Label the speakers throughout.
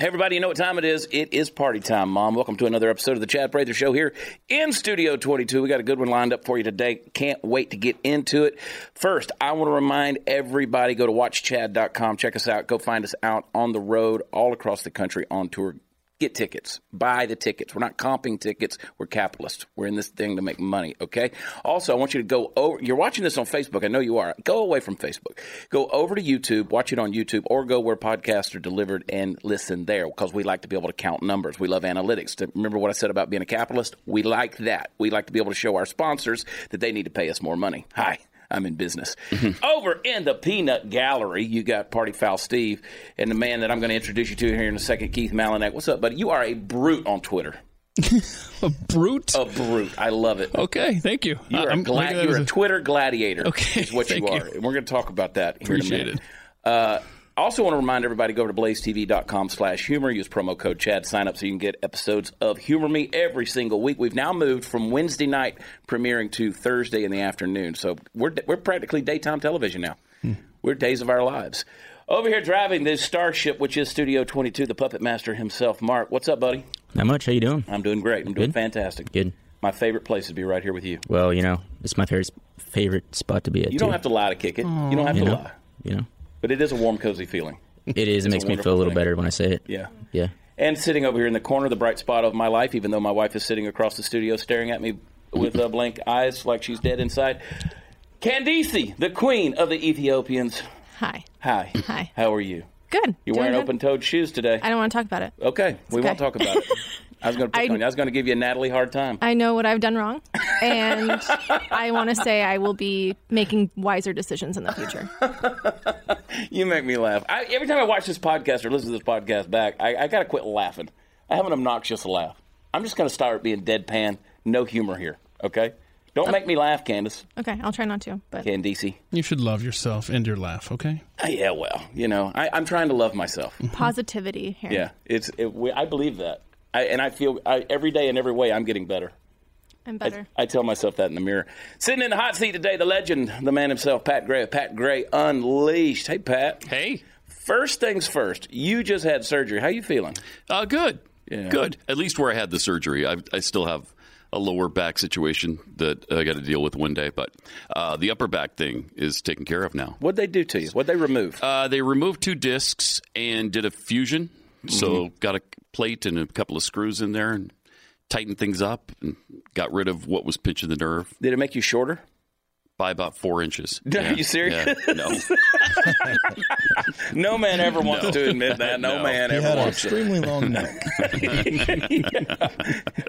Speaker 1: Hey, everybody, you know what time it is. It is party time, Mom. Welcome to another episode of the Chad Prather Show here in Studio 22. We got a good one lined up for you today. Can't wait to get into it. First, I want to remind everybody go to watchchad.com. Check us out. Go find us out on the road all across the country on tour. Get tickets. Buy the tickets. We're not comping tickets. We're capitalists. We're in this thing to make money, okay? Also, I want you to go over. You're watching this on Facebook. I know you are. Go away from Facebook. Go over to YouTube, watch it on YouTube, or go where podcasts are delivered and listen there because we like to be able to count numbers. We love analytics. To- Remember what I said about being a capitalist? We like that. We like to be able to show our sponsors that they need to pay us more money. Hi. I'm in business. Over in the peanut gallery, you got Party Foul Steve and the man that I'm going to introduce you to here in a second, Keith Malinak. What's up, buddy? You are a brute on Twitter.
Speaker 2: A brute.
Speaker 1: A brute. I love it.
Speaker 2: Okay, thank you.
Speaker 1: Oh. You are, a, glad, you're a Twitter gladiator.
Speaker 2: Okay,
Speaker 1: is what you
Speaker 2: thank
Speaker 1: are.
Speaker 2: you.
Speaker 1: And we're going to talk about that. Here
Speaker 2: Appreciate
Speaker 1: in a minute. Uh, I also want to remind everybody go over to blazetv.com slash humor. Use promo code Chad. Sign up so you can get episodes of Humor Me every single week. We've now moved from Wednesday night premiering to Thursday in the afternoon. So we're, we're practically daytime television now. We're days of our lives. Over here driving this starship, which is Studio 22, the puppet master himself, Mark. What's up, buddy?
Speaker 3: Not much. How you doing?
Speaker 1: I'm doing great. I'm doing
Speaker 3: Good.
Speaker 1: fantastic.
Speaker 3: Good.
Speaker 1: My favorite place is to be right here with you.
Speaker 3: Well, you know, it's my favorite favorite spot to be at.
Speaker 1: You don't have to lie to kick it. You don't have to
Speaker 3: You know,
Speaker 1: lie.
Speaker 3: you know,
Speaker 1: But it is a warm, cozy feeling.
Speaker 3: it is. It makes me feel
Speaker 1: wonderful
Speaker 3: a little
Speaker 1: thing.
Speaker 3: better when I say it.
Speaker 1: Yeah.
Speaker 3: yeah.
Speaker 1: And sitting over here in the corner, the bright spot of my life, even though my wife is sitting across the studio staring at me with uh, blank eyes like she's dead inside. Candice, the queen of the Ethiopians.
Speaker 4: Hi.
Speaker 1: Hi.
Speaker 4: Hi.
Speaker 1: How are you?
Speaker 4: Good.
Speaker 1: You're
Speaker 4: Doing
Speaker 1: wearing
Speaker 4: good.
Speaker 1: open Oh. toed shoes today.
Speaker 4: I don't want to talk about it.
Speaker 1: Okay. we won't
Speaker 4: okay.
Speaker 1: talk about it. I was going to
Speaker 4: I-
Speaker 1: I was going to give you a Natalie hard time.
Speaker 4: I know what I've done wrong, and I want to say I will be making wiser decisions in the future.
Speaker 1: You make me laugh. I, every time I watch this podcast or listen to this podcast back, I, I got to quit laughing. I have an obnoxious laugh. I'm just going to start being deadpan, no humor here. Okay? Don't make me laugh, Candace.
Speaker 4: Okay, I'll try not to. But
Speaker 1: Candice.
Speaker 2: You should love yourself and your laugh. Okay.
Speaker 1: Ah, yeah, well, you know, I, I'm trying to love myself.
Speaker 4: positivity here.
Speaker 1: Yeah, it's. It, we, I believe that, I, and I feel I, every day in every way I'm getting better.
Speaker 4: I'm
Speaker 1: I-
Speaker 4: better.
Speaker 1: I, tell myself that in the mirror. Sitting in the hot seat today, the legend, the man himself, Pat Gray. of Pat Gray Unleashed. Hey, Pat.
Speaker 2: Hey.
Speaker 1: First things first. You just had surgery. How you feeling?
Speaker 5: Uh, good.
Speaker 1: Yeah.
Speaker 5: Good. At least where I had the surgery, I, I still have a lower back situation that I got to deal with one day, but uh, the upper back thing is taken care of now.
Speaker 1: What'd they do to you? What'd they remove?
Speaker 5: Uh, they removed two discs and did a fusion.
Speaker 1: Mm-hmm.
Speaker 5: So got a plate and a couple of screws in there and tightened things up and got rid of what was pinching the nerve
Speaker 1: Did it make you shorter?
Speaker 5: by about four inches.
Speaker 1: Are you serious?
Speaker 5: Yeah. No.
Speaker 1: No man ever wants to admit that. No,
Speaker 5: No.
Speaker 1: man
Speaker 6: He
Speaker 1: ever
Speaker 6: had an
Speaker 1: wants to.
Speaker 6: extremely long neck.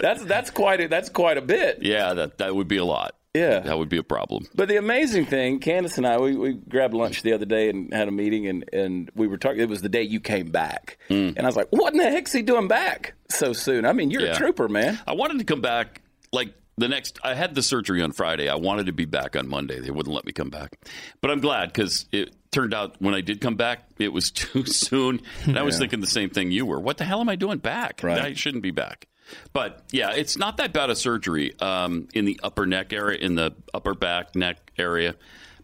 Speaker 1: That's that's quite a, that's quite a bit.
Speaker 5: Yeah, that, that would be a lot.
Speaker 1: Yeah.
Speaker 5: That would be a problem.
Speaker 1: But the amazing thing, Candace and I, we, we grabbed lunch the other day and had a meeting, and, and we were talking. It was the day you came back, and I was like, "What in the heck's he doing back so soon?" I mean, you're a
Speaker 5: Yeah.
Speaker 1: trooper, man.
Speaker 5: I wanted to come back like the next. I had the surgery on Friday. I wanted to be back on Monday. They wouldn't let me come back, but I'm glad because it turned out when I did come back, it was too soon, and I was thinking the same thing you were. What the hell am I doing back?
Speaker 1: Right.
Speaker 5: I shouldn't be back. But yeah, it's not that bad a surgery um, in the upper neck area, in the upper back neck area,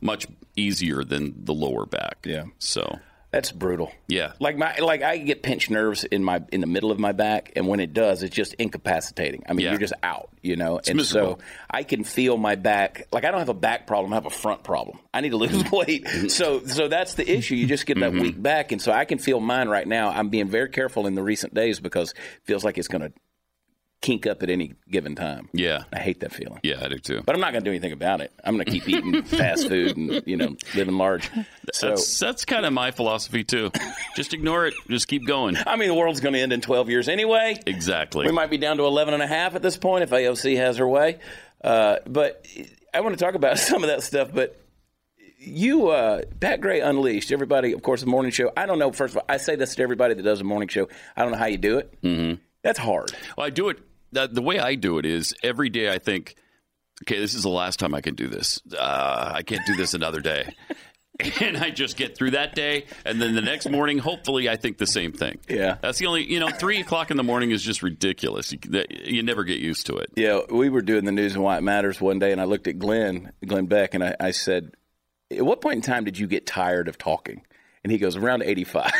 Speaker 5: much easier than the lower back.
Speaker 1: Yeah.
Speaker 5: So
Speaker 1: That's brutal.
Speaker 5: Yeah.
Speaker 1: like my like I get pinched nerves in my in the middle of my back, and when it does, it's just incapacitating. I mean,
Speaker 5: Yeah.
Speaker 1: you're just out, you know. and
Speaker 5: miserable.
Speaker 1: so I can feel my back. Like I don't have a back problem; I have a front problem. I need to lose
Speaker 5: Mm-hmm.
Speaker 1: weight. So so that's the issue. You just get that weak back, and so I can feel mine right now. I'm being very careful in the recent days because it feels like it's going to kink up at any given time.
Speaker 5: yeah,
Speaker 1: I hate that feeling.
Speaker 5: yeah, I do too.
Speaker 1: But I'm not going to do anything about it. I'm going to keep eating fast food and you know living large. So
Speaker 5: that's that's kind of my philosophy too. Just ignore it. Just keep going.
Speaker 1: I mean, the world's going to end in 12 years anyway.
Speaker 5: Exactly.
Speaker 1: We might be down to 11 and a half at this point if AOC has her way. Uh, but I want to talk about some of that stuff. But you, uh, Pat Gray Unleashed, everybody, of course, the morning show. I don't know. First of all, I say this to everybody that does a morning show. I don't know how you do it. Mm-hmm. That's hard.
Speaker 5: Well, I do it. The, the way I do it is every day I think, okay, this is the last time I can do this. Uh, I can't do this another day. And I just get through that day, and then the next morning, hopefully, I think the same thing.
Speaker 1: Yeah.
Speaker 5: that's the only you know. Three o'clock in the morning is just ridiculous. You, that- you never get used to it.
Speaker 1: Yeah, we were doing the news and why it matters one day, and I looked at Glenn, Glenn Beck, and I, I said, at what point in time did you get tired of talking? And he goes, around 85.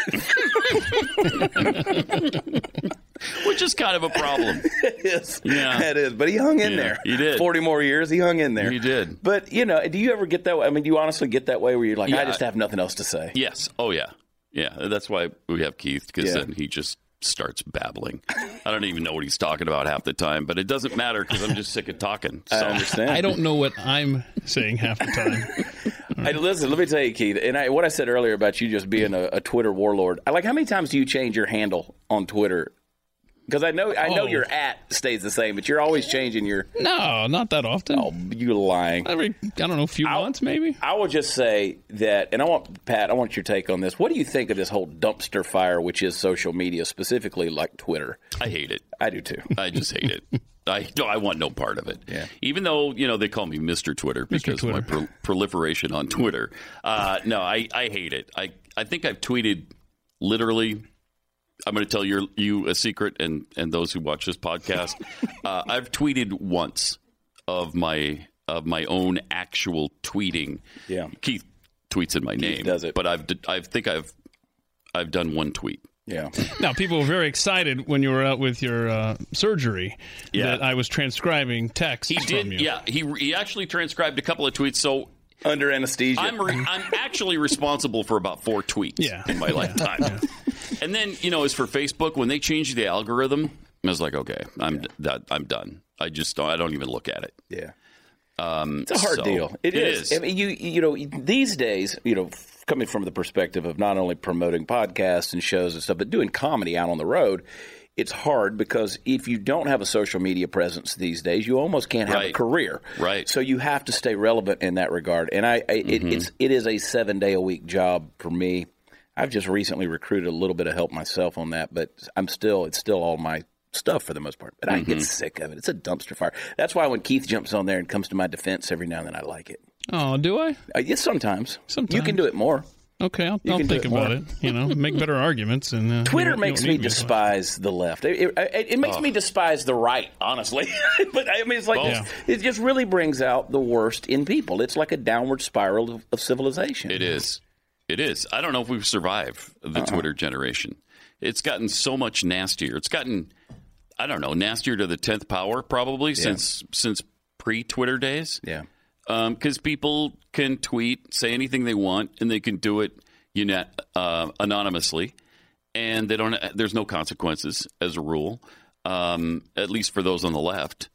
Speaker 5: which is kind of a problem.
Speaker 1: is.
Speaker 5: Yeah.
Speaker 1: That is. But he hung in
Speaker 5: Yeah,
Speaker 1: there.
Speaker 5: he did.
Speaker 1: 40 more years, he hung in there.
Speaker 5: He did.
Speaker 1: But, you know, do you ever get that way? I mean, do you honestly get that way where you're like, I
Speaker 5: Yeah.
Speaker 1: just have nothing else to say?
Speaker 5: yes. Oh yeah. Yeah. That's why we have Keith because
Speaker 1: Yeah.
Speaker 5: then he just starts babbling. I don't even know what he's talking about half the time, but it doesn't matter because I'm just sick of talking. So
Speaker 1: I understand.
Speaker 2: I don't know what I'm saying half the time.
Speaker 1: Hey, listen, let me tell you, Keith, and I, what I said earlier about you just being a, a Twitter warlord. I like how many times do you change your handle on Twitter? Because I know I know
Speaker 2: Oh.
Speaker 1: your at stays the same, but you're always changing your.
Speaker 2: No, not that often.
Speaker 1: Oh, you lying!
Speaker 2: Every I don't know, few months maybe.
Speaker 1: I will just say that, and I want Pat. I want your take on this. What do you think of this whole dumpster fire, which is social media, specifically like Twitter?
Speaker 5: I hate it.
Speaker 1: I do too.
Speaker 5: I just hate it. I no, I want no part of it.
Speaker 1: Yeah.
Speaker 5: Even though you know they call me Mister Twitter because
Speaker 2: Twitter.
Speaker 5: of my pro- proliferation on Twitter. Uh, no, I, I hate it. I I think I've tweeted literally. I'm going to tell your you a secret, and and those who watch this podcast, uh, I've tweeted once of my of my own actual tweeting.
Speaker 1: Yeah.
Speaker 5: Keith tweets in my name.
Speaker 1: does it.
Speaker 5: but I've d- I think I've I've done one tweet.
Speaker 1: Yeah,
Speaker 2: Now people were very excited when you were out with your uh, surgery
Speaker 5: Yeah.
Speaker 2: that I was transcribing text.
Speaker 5: He
Speaker 2: from
Speaker 5: did.
Speaker 2: you.
Speaker 5: Yeah, he he actually transcribed a couple of tweets. So
Speaker 1: under anesthesia.
Speaker 5: I'm re- I'm actually responsible for about four tweets
Speaker 2: Yeah.
Speaker 5: in my lifetime. And then you know, as for Facebook, when they changed the algorithm, I was like, okay, I'm that I'm done. I just don't, I don't even look at it.
Speaker 1: Yeah. it's a hard
Speaker 5: Um, so-
Speaker 1: deal.
Speaker 5: It
Speaker 1: is.
Speaker 5: is.
Speaker 1: I mean, you you know these days, you know, f- coming from the perspective of not only promoting podcasts and shows and stuff, but doing comedy out on the road, it's hard because if you don't have a social media presence these days, you almost can't have a
Speaker 5: Right.
Speaker 1: career.
Speaker 5: Right.
Speaker 1: So you have to stay relevant in that regard. And I, I it, it's it is a seven day a week job for me. I've just recently recruited a little bit of help myself on that, but I'm still it's still all my stuff for the most part. But I get sick of it. It's a dumpster fire. That's why when Keith jumps on there and comes to my defense every now and then, I like it.
Speaker 2: Oh, do I?
Speaker 1: Uh, yes, sometimes. you can
Speaker 2: Sometimes.
Speaker 1: do it more.
Speaker 2: Okay, I'll, I'll
Speaker 1: can do
Speaker 2: think
Speaker 1: it
Speaker 2: about
Speaker 1: more.
Speaker 2: it. You know, make better arguments and uh,
Speaker 1: Twitter
Speaker 2: you don't- you
Speaker 1: makes
Speaker 2: don't
Speaker 1: me
Speaker 2: need for it.
Speaker 1: despise the left. It, it- it- it makes me despise the right, honestly. but I mean, it's like
Speaker 5: Both.
Speaker 1: it just really brings out the worst in people. It's like a downward spiral of, of civilization.
Speaker 5: It is. It is. I don't know if we've survived the
Speaker 2: Uh-huh.
Speaker 5: Twitter generation. It's gotten so much nastier. It's gotten, I don't know, nastier to the tenth power probably since since pre Twitter days.
Speaker 1: Yeah.
Speaker 5: because Um, people can tweet, say anything they want, and they can do it uni- uh, anonymously, and they don't. There's no consequences as a rule, um, at least for those on the left.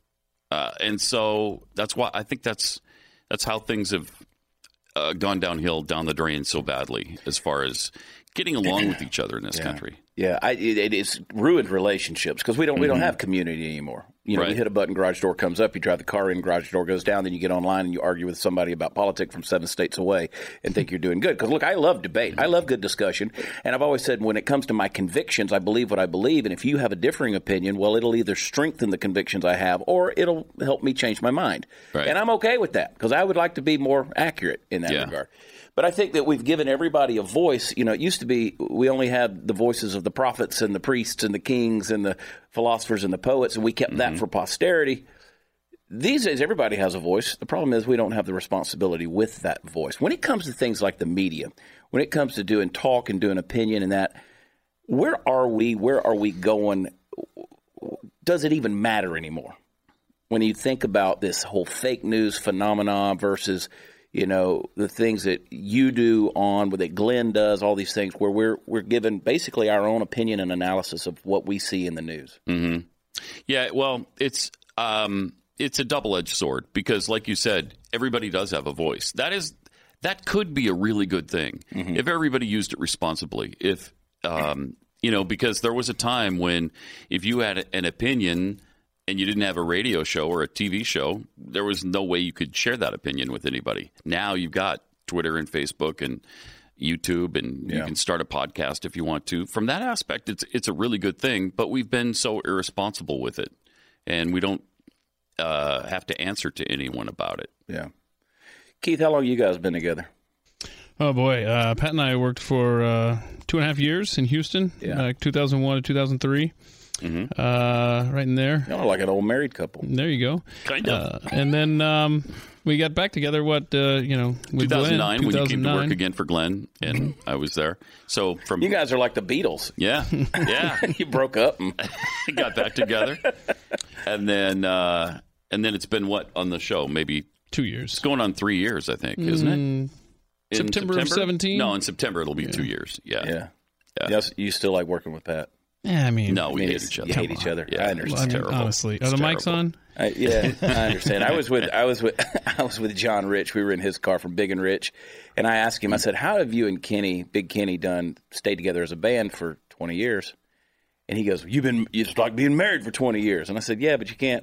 Speaker 5: Uh, and so that's why I think that's that's how things have uh, gone downhill, down the drain so badly as far as getting along with each other in this country.
Speaker 1: Yeah, I, it, it- it's ruined relationships because we don't we don't have community anymore. You know, you
Speaker 5: Mm-hmm. Right.
Speaker 1: hit a button, garage door comes up. You drive the car in, garage door goes down. Then you get online and you argue with somebody about politics from seven states away and think you're doing good. Because look, I love debate,
Speaker 5: Mm-hmm.
Speaker 1: I love good discussion, and I've always said when it comes to my convictions, I believe what I believe, and if you have a differing opinion, well, it'll either strengthen the convictions I have or it'll help me change my mind,
Speaker 5: Right.
Speaker 1: and I'm okay with that because I would like to be more accurate in that
Speaker 5: Yeah.
Speaker 1: regard. But I think that we've given everybody a voice. You know, it used to be we only had the voices of the prophets and the priests and the kings and the philosophers and the poets, and we kept that for posterity. These days, everybody has a voice. The problem is we don't have the responsibility with that voice. When it comes to things like the media, when it comes to doing talk and doing opinion and that, where are we? Where are we going? Does it even matter anymore? when you think about this whole fake news phenomenon versus you know the things that you do on what that Glenn does, all these things where we're we're given basically our own opinion and analysis of what we see in the news.
Speaker 5: Yeah, well, it's um, it's a double edged sword because, like you said, everybody does have a voice. That is that could be a really good thing if everybody used it responsibly. If um, you know, because there was a time when if you had an opinion and you didn't have a radio show or a TV show, there was no way you could share that opinion with anybody. Now you've got Twitter and Facebook and YouTube, and you can start a podcast if you want to. From that aspect, it's it's a really good thing. But we've been so irresponsible with it, and we don't uh, have to answer to anyone about it.
Speaker 1: Yeah, Keith, how long you guys been together?
Speaker 2: Oh boy, uh, Pat and I worked for uh, two and a half years in Houston,
Speaker 1: Yeah.
Speaker 2: like 2001 to 2003,
Speaker 5: Mm-hmm.
Speaker 2: uh, right in there.
Speaker 1: Y'all are like an old married couple.
Speaker 2: There you go.
Speaker 5: Kind of.
Speaker 2: Uh, and then um, we got back together. What uh, you know, with Glenn,
Speaker 5: 2009, when you came to
Speaker 2: 2009.
Speaker 5: work again for Glenn, and I was there. So from
Speaker 1: You guys are like the Beatles.
Speaker 5: yeah, yeah,
Speaker 1: You broke up. And,
Speaker 5: we got back together, and then uh, and then it's been what on the show? Maybe
Speaker 2: two years.
Speaker 5: it's going on three years, I think, isn't it? In
Speaker 2: Mm, September of 17?
Speaker 5: No, in September it'll be two years. Yeah,
Speaker 1: yeah. Yes, you still like working with Pat.
Speaker 2: Yeah, I mean,
Speaker 5: No,
Speaker 1: I
Speaker 5: we
Speaker 1: mean,
Speaker 5: hate
Speaker 1: it's-
Speaker 5: each other.
Speaker 1: You hate each other. I
Speaker 5: Yeah. It's
Speaker 2: I mean,
Speaker 1: understand.
Speaker 5: terrible.
Speaker 2: honestly, are
Speaker 5: It's
Speaker 2: the mics
Speaker 5: terrible.
Speaker 2: on?
Speaker 1: I, yeah, I understand. I was with I was with I was with John Rich. We were in his car from Big and Rich, and I asked him. I said, "How have you and Kenny, Big Kenny, done stayed together as a band for twenty years?" And he goes, "You've been it's like being married for twenty years." And I said, "Yeah, but you can't."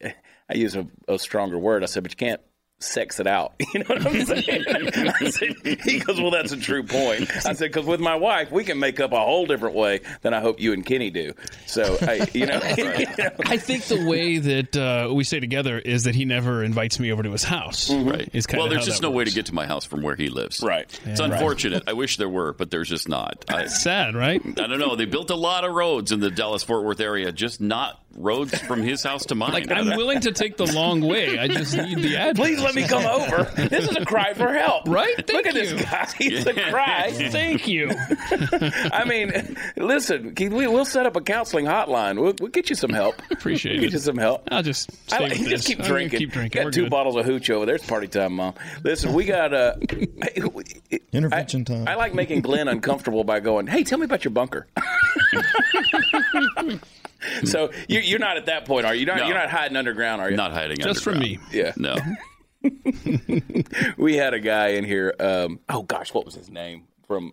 Speaker 1: I use a, a stronger word. I said, "But you can't." Sex it out, you know what I'm saying? I said, he goes, well, that's a true point. I said, because with my wife, we can make up a whole different way than I hope you and Kenny do. So, I, you know,
Speaker 2: I think the way that uh, we stay together is that he never invites me over to his house.
Speaker 5: Mm-hmm. Right.
Speaker 2: Is kinda
Speaker 5: well, there's
Speaker 2: how
Speaker 5: just
Speaker 2: that
Speaker 5: no way to
Speaker 2: works.
Speaker 5: get to my house from where he lives.
Speaker 1: Right.
Speaker 5: It's unfortunate. I wish there were, but there's just not. I,
Speaker 2: Sad, right?
Speaker 5: I don't know. They built a lot of roads in the Dallas Fort Worth area, just not roads from his house to mine.
Speaker 2: Like I'm willing to take the long way. I just need the address.
Speaker 1: Please let me come over. This is a cry for help.
Speaker 2: Right?
Speaker 1: Look
Speaker 2: Thank
Speaker 1: at this
Speaker 2: you.
Speaker 1: guy. He's a cry.
Speaker 2: Thank you.
Speaker 1: I mean, listen, Keith, we, we'll set up a counseling hotline. We'll, we'll get you some help.
Speaker 2: Appreciate
Speaker 1: We'll get
Speaker 2: it.
Speaker 1: you some help.
Speaker 2: I'll just stay
Speaker 1: I like,
Speaker 2: with
Speaker 1: you
Speaker 2: this.
Speaker 1: just keep
Speaker 2: I'm gonna
Speaker 1: drinking.
Speaker 2: Keep drinking.
Speaker 1: Got
Speaker 2: We're
Speaker 1: two
Speaker 2: good.
Speaker 1: bottles of hooch over there. It's party time, mom. Listen, we got uh,
Speaker 6: Intervention
Speaker 1: I,
Speaker 6: time.
Speaker 1: I like making Glenn uncomfortable by going, "Hey, tell me about your bunker." so you, you're not at that point, are you? You're not,
Speaker 5: No.
Speaker 1: you're not hiding underground, are you?
Speaker 5: not hiding
Speaker 2: Just for
Speaker 5: underground.
Speaker 2: me.
Speaker 1: Yeah.
Speaker 5: No.
Speaker 1: We had a guy in here. Um, oh gosh, what was his name from?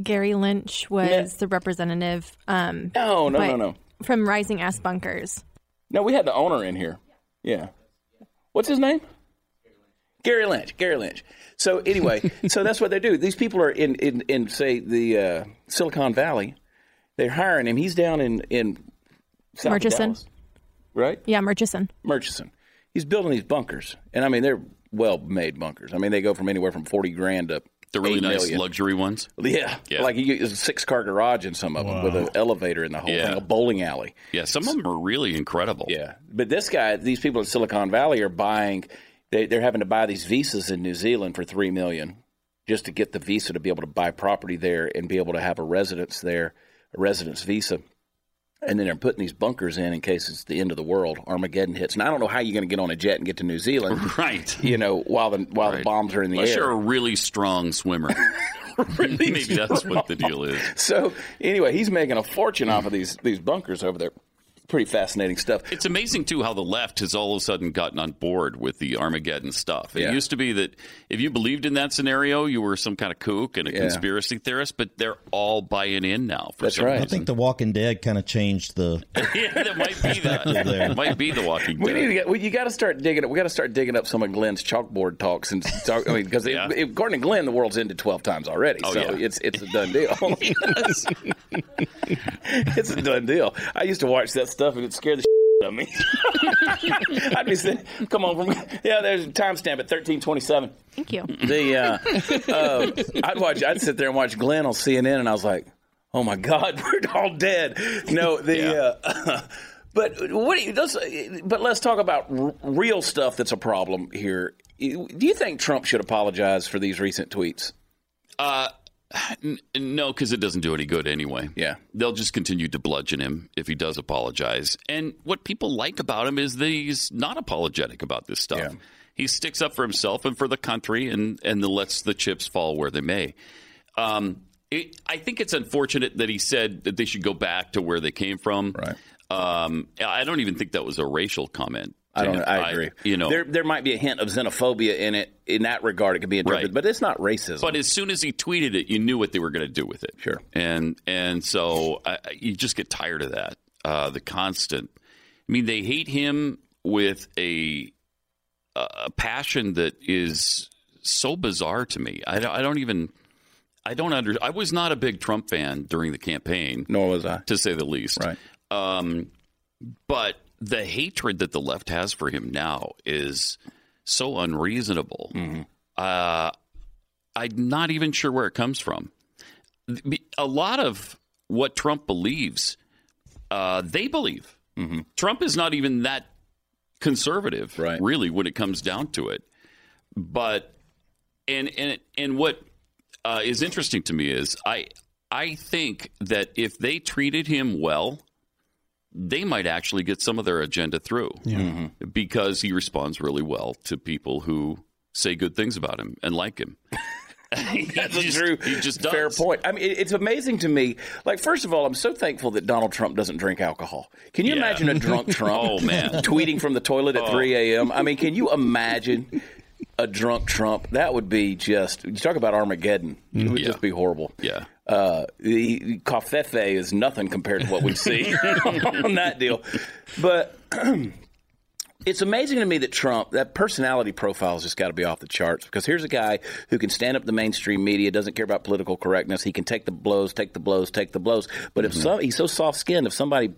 Speaker 4: Gary Lynch was
Speaker 1: Yeah. Oh,
Speaker 4: the representative um,
Speaker 1: No, no, no,
Speaker 4: but-
Speaker 1: no.
Speaker 4: from Rising Ass Bunkers.
Speaker 1: No, we had the owner in here. Yeah. What's his name? Gary Lynch. Gary Lynch. So anyway, so that's what they do. These people are in in, in say the uh, Silicon Valley. They're hiring him. He's down in in South
Speaker 4: Murchison.
Speaker 1: Dallas, right?
Speaker 4: Yeah, Murchison.
Speaker 1: Murchison. He's building these bunkers, and I mean they're well made bunkers. I mean they go from anywhere from forty grand up.
Speaker 5: The really
Speaker 1: 8
Speaker 5: nice
Speaker 1: million.
Speaker 5: luxury ones.
Speaker 1: Yeah.
Speaker 5: Yeah.
Speaker 1: like you get a six car garage in some of them with an elevator in the whole
Speaker 5: Yeah.
Speaker 1: thing, a bowling alley.
Speaker 5: Yeah, some of them are really incredible.
Speaker 1: Yeah, but this guy, these people in Silicon Valley are buying. They, they're having to buy these visas in New Zealand for three million, just to get the visa to be able to buy property there and be able to have a residence there, a residence visa. And then they're putting these bunkers in in case it's the end of the world, Armageddon hits. And I don't know how you're going to get on a jet and get to New Zealand,
Speaker 5: Right.
Speaker 1: you know, while the while the
Speaker 5: Right.
Speaker 1: bombs are in the
Speaker 5: Unless
Speaker 1: air.
Speaker 5: you're a really strong swimmer. Maybe that's what the deal is.
Speaker 1: So anyway, he's making a fortune off of these these bunkers over there. Pretty fascinating stuff.
Speaker 5: It's amazing too how the left has all of a sudden gotten on board with the Armageddon stuff. It
Speaker 1: Yeah.
Speaker 5: used to be that if you believed in that scenario, you were some kind of kook and a conspiracy theorist, but they're all buying in now. For
Speaker 1: That's
Speaker 5: some
Speaker 1: right.
Speaker 6: I think The Walking Dead kind of changed the.
Speaker 5: yeah, that might be that.
Speaker 6: there.
Speaker 5: might be the Walking
Speaker 1: We need to
Speaker 5: Dead.
Speaker 1: get. We, you got to start digging up. We got to start digging up some of Glenn's chalkboard talks and talk, I mean, because
Speaker 5: Yeah. Oh,
Speaker 1: according to Glenn, the world's ended twelve times already. so
Speaker 5: yeah.
Speaker 1: it's it's a done deal. it's a done deal. I used to watch that stuff and it scared the. shit out of me. I'd be sitting, come on from yeah. There's a timestamp at thirteen twenty seven.
Speaker 4: Thank you.
Speaker 1: The uh, um, I'd watch. I'd sit there and watch Glenn on CNN, and I was like, "Oh my God, we're all dead." No, the. Uh, but what? Do you, let's, but let's talk about r- real stuff that's a problem here. Do you think Trump should apologize for these recent tweets?
Speaker 5: Uh, N- No, because it doesn't do any good anyway.
Speaker 1: Yeah.
Speaker 5: They'll just continue to bludgeon him if he does apologize. And what people like about him is that he's not apologetic about this stuff.
Speaker 1: Yeah.
Speaker 5: He sticks up for himself and for the country and, and then lets the chips fall where they may. Um, it, I think it's unfortunate that he said that they should go back to where they came from.
Speaker 1: Right.
Speaker 5: Um, I don't even think that was a racial comment.
Speaker 1: I don't. know. I
Speaker 5: I-
Speaker 1: agree.
Speaker 5: you know,
Speaker 1: there there might be a hint of xenophobia in it. In that regard, it could be interpreted,
Speaker 5: Right.
Speaker 1: but it's not racism.
Speaker 5: But as soon as he tweeted it, you knew what they were going to do with it.
Speaker 1: Sure.
Speaker 5: And and so I, I- you just get tired of that. Uh, the constant. I mean, they hate him with a a passion that is so bizarre to me. I don't, I don't even. I don't under. I was not a big Trump fan during the campaign
Speaker 1: Nor was I.
Speaker 5: to say the least.
Speaker 1: Right.
Speaker 5: Um, but the hatred that the left has for him now is so unreasonable. Uh, I'm not even sure where it comes from. Be- A lot of what Trump believes, uh, they believe. Trump is not even that conservative,
Speaker 1: Right.
Speaker 5: really, when it comes down to it. But and and and what uh, is interesting to me is I I think that if they treated him well, they might actually get some of their agenda through Mm-hmm. because he responds really well to people who say good things about him and like him.
Speaker 1: That's
Speaker 5: He just-
Speaker 1: a true
Speaker 5: he just does.
Speaker 1: fair point. I mean, it- it's amazing to me. Like, first of all, I'm so thankful that Donald Trump doesn't drink alcohol. Can you
Speaker 5: Yeah.
Speaker 1: imagine a drunk Trump?
Speaker 5: Oh, man. Oh.
Speaker 1: tweeting from the toilet at 3 a.m. I mean, can you imagine a drunk Trump? That would be just. You talk about Armageddon. It would
Speaker 5: Yeah.
Speaker 1: just be horrible.
Speaker 5: Yeah.
Speaker 1: Uh, the Covfefe is nothing compared to what we see on that deal, but it's amazing to me that Trump, that personality profile has just got to be off the charts because here's a guy who can stand up to mainstream media, doesn't care about political correctness. He can take the blows, take the blows, take the blows. But if some, he's so soft skinned, if somebody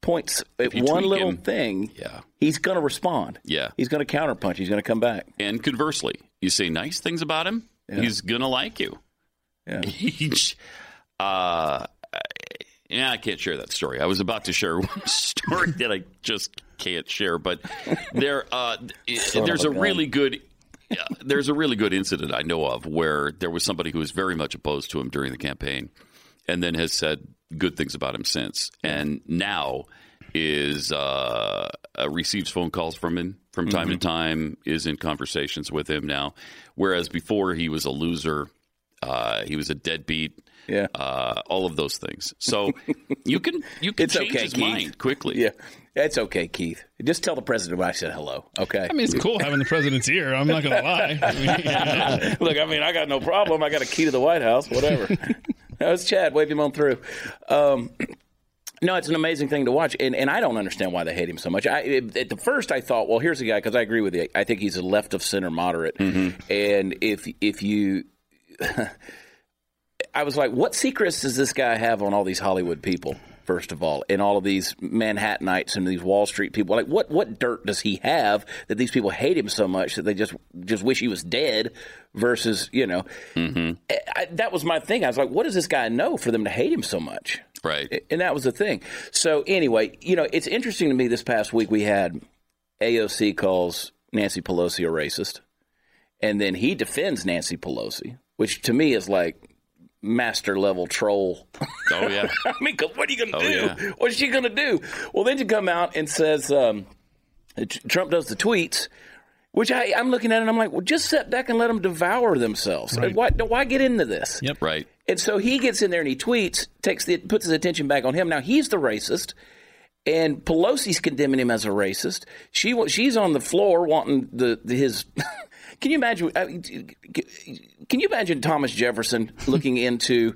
Speaker 1: points at
Speaker 5: Mm-hmm. you
Speaker 1: one
Speaker 5: tweak
Speaker 1: little
Speaker 5: him,
Speaker 1: thing,
Speaker 5: yeah.
Speaker 1: he's going to respond.
Speaker 5: Yeah.
Speaker 1: He's going to counterpunch. He's going to come back.
Speaker 5: And conversely, you say nice things about him, he's gonna like you.
Speaker 1: Yeah.
Speaker 5: Each- uh, yeah, I can't share that story. I was about to share one story that I just can't share, but there, uh, there's a
Speaker 1: gun.
Speaker 5: really good. yeah, there's a really good incident I know of where there was somebody who was very much opposed to him during the campaign, and then has said good things about him since, and now is uh, uh, receives phone calls from him from time
Speaker 1: Mm-hmm.
Speaker 5: to time, is in conversations with him now, whereas before he was a loser, uh, he was a deadbeat,
Speaker 1: Yeah.
Speaker 5: uh, all of those things. So you can you can
Speaker 1: It's
Speaker 5: change
Speaker 1: okay,
Speaker 5: his
Speaker 1: Keith.
Speaker 5: mind quickly.
Speaker 1: Yeah. That's okay, Keith. Just tell the president I said hello. Okay.
Speaker 2: I mean, it's cool having the president's ear. I'm not going to lie. I mean,
Speaker 1: Look, I mean, I got no problem. I got a key to the White House, whatever. that was Chad. Wave him on through. Um, no, it's an amazing thing to watch, and, and I don't understand why they hate him so much. I, it- at the first, I thought, well, here's a guy because I agree with you. I think he's a left of center moderate, and if if you, I was like, what secrets does this guy have on all these Hollywood people? First of all, and all of these Manhattanites and these Wall Street people, like what what dirt does he have that these people hate him so much that they just just wish he was dead? Versus, you know, I, I- that was my thing. I was like, what does this guy know for them to hate him so much?
Speaker 5: Right.
Speaker 1: And that was the thing. So anyway, you know, it's interesting to me. This past week, we had AOC calls Nancy Pelosi a racist, and then he defends Nancy Pelosi, which to me is like master level troll.
Speaker 5: Oh yeah.
Speaker 1: I mean, 'cause what are you going to
Speaker 5: Oh,
Speaker 1: do?
Speaker 5: yeah.
Speaker 1: What's she going to do? Well, then she come out and says um, Tr- Trump does the tweets. Which I, I'm looking at and I'm like, well, just sit back and let them devour themselves. Why, why get into this?
Speaker 2: Yep.
Speaker 5: Right.
Speaker 1: And so he gets in there and he tweets, takes the, puts his attention back on him. Now he's the racist, and Pelosi's condemning him as a racist. She wa- she's on the floor wanting the, the his. can you imagine? I mean, Can you imagine Thomas Jefferson looking into?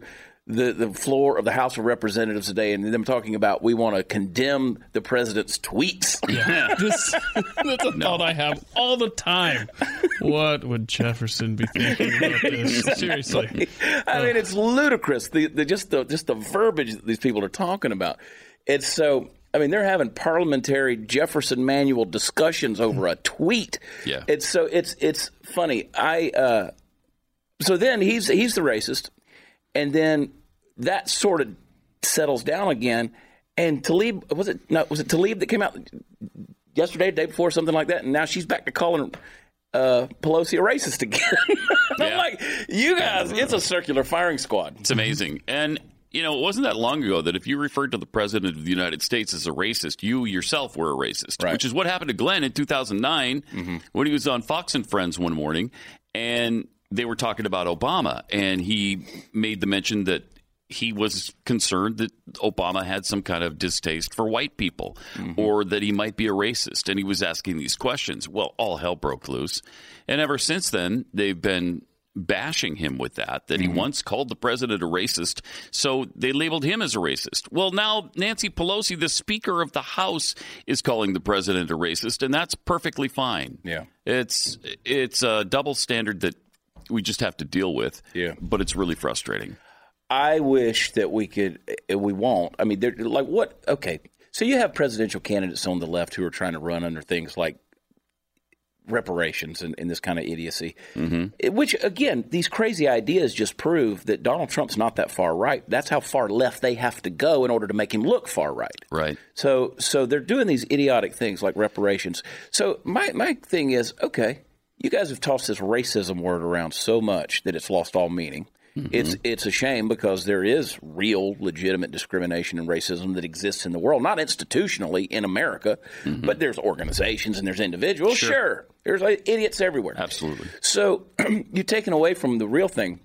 Speaker 1: The, the floor of the House of Representatives today, and them talking about we want to condemn the president's tweets.
Speaker 2: this, that's a thought I have all the time. What would Jefferson be thinking about this? Seriously.
Speaker 1: I mean, it's ludicrous. The, the just the just the verbiage that these people are talking about. It's so. I mean, they're having parliamentary Jefferson manual discussions over a tweet.
Speaker 5: Yeah.
Speaker 1: It's so it's it's funny. I uh, so then he's he's the racist, and then that sort of settles down again. And Talib was it no was it Talib that came out yesterday, day before, something like that, and now she's back to calling uh, Pelosi a racist again. I'm
Speaker 5: Yeah.
Speaker 1: like, you guys, it's a circular firing squad.
Speaker 5: It's amazing. And, you know, it wasn't that long ago that if you referred to the president of the United States as a racist, you yourself were a racist,
Speaker 1: Right.
Speaker 5: which is what happened to Glenn in 2009 when he was on Fox and Friends one morning and they were talking about Obama. And he made the mention that he was concerned that Obama had some kind of distaste for white people
Speaker 1: Mm-hmm.
Speaker 5: or that he might be a racist. And he was asking these questions. Well, all hell broke loose. And ever since then, they've been bashing him with that that
Speaker 1: Mm-hmm.
Speaker 5: he once called the president a racist so they labeled him as a racist well now Nancy Pelosi the speaker of the house is calling the president a racist and that's perfectly fine
Speaker 1: Yeah.
Speaker 5: it's it's a double standard that we just have to deal with
Speaker 1: Yeah.
Speaker 5: but it's really frustrating
Speaker 1: I wish that we could, eh, we won't. I mean, they're like, what? Okay. So you have presidential candidates on the left who are trying to run under things like reparations and, and this kind of idiocy. It- Which, again, these crazy ideas just prove that Donald Trump's not that far right. That's how far left they have to go in order to make him look far right.
Speaker 5: Right.
Speaker 1: So, so they're doing these idiotic things like reparations. So, my, my thing is okay, you guys have tossed this racism word around so much that it's lost all meaning. It's it's a shame because there is real legitimate discrimination and racism that exists in the world, not institutionally in America, but there's organizations and there's individuals. Sure, there's like, idiots everywhere.
Speaker 5: Absolutely.
Speaker 1: So you're taken away from the real thing,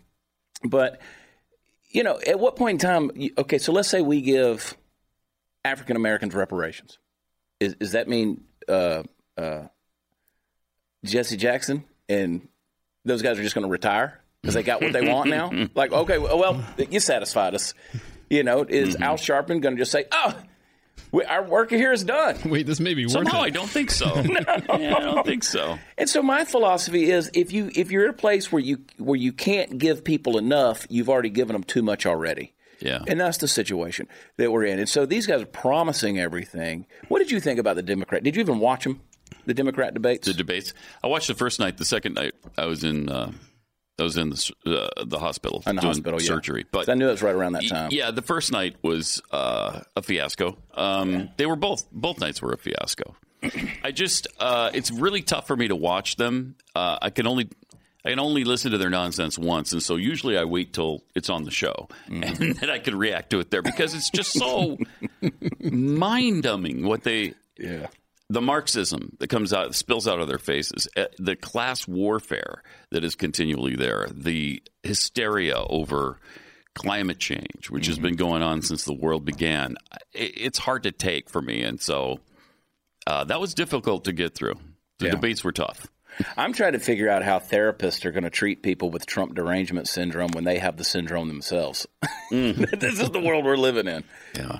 Speaker 1: but you know, at what point in time? you- Okay, so let's say we give African Americans reparations. Is, does that mean uh, uh, Jesse Jackson and those guys are just going to retire because they got what they want now? Like, okay, well, you satisfied us. You know, is Al Sharpton going to just say, "Oh, we, our work here is done"?
Speaker 2: Wait, this may be worth
Speaker 5: Somehow I
Speaker 2: it.
Speaker 5: don't think so. Yeah, I don't think so.
Speaker 1: And so my philosophy is if you if you're in a place where you where you can't give people enough, you've already given them too much already.
Speaker 5: Yeah.
Speaker 1: And that's the situation that we're in. And so these guys are promising everything. What did you think about the Democrat? Did you even watch them? The Democrat debates?
Speaker 5: the debates. I watched the first night. The second night, I was in uh, I was in the s- uh, the hospital
Speaker 1: in the
Speaker 5: doing
Speaker 1: hospital, yeah.
Speaker 5: surgery. But
Speaker 1: I knew it was right around that time.
Speaker 5: yeah, the first night was uh, a fiasco. Um, They were both both nights were a fiasco. I just uh, it's really tough for me to watch them. Uh, I can only. I can only listen to their nonsense once, and so usually I wait till it's on the show,
Speaker 1: Mm-hmm.
Speaker 5: and then I can react to it there because it's just so mind dumbing what they
Speaker 1: Yeah.
Speaker 5: the Marxism that comes out spills out of their faces, eh, the class warfare that is continually there, the hysteria over climate change, which
Speaker 2: Mm-hmm.
Speaker 5: has been going on since the world began. I- It's hard to take for me, and so uh, that was difficult to get through. The debates were tough.
Speaker 1: I'm trying to figure out how therapists are going to treat people with Trump derangement syndrome when they have the syndrome themselves.
Speaker 5: Mm.
Speaker 1: this is the world we're living in.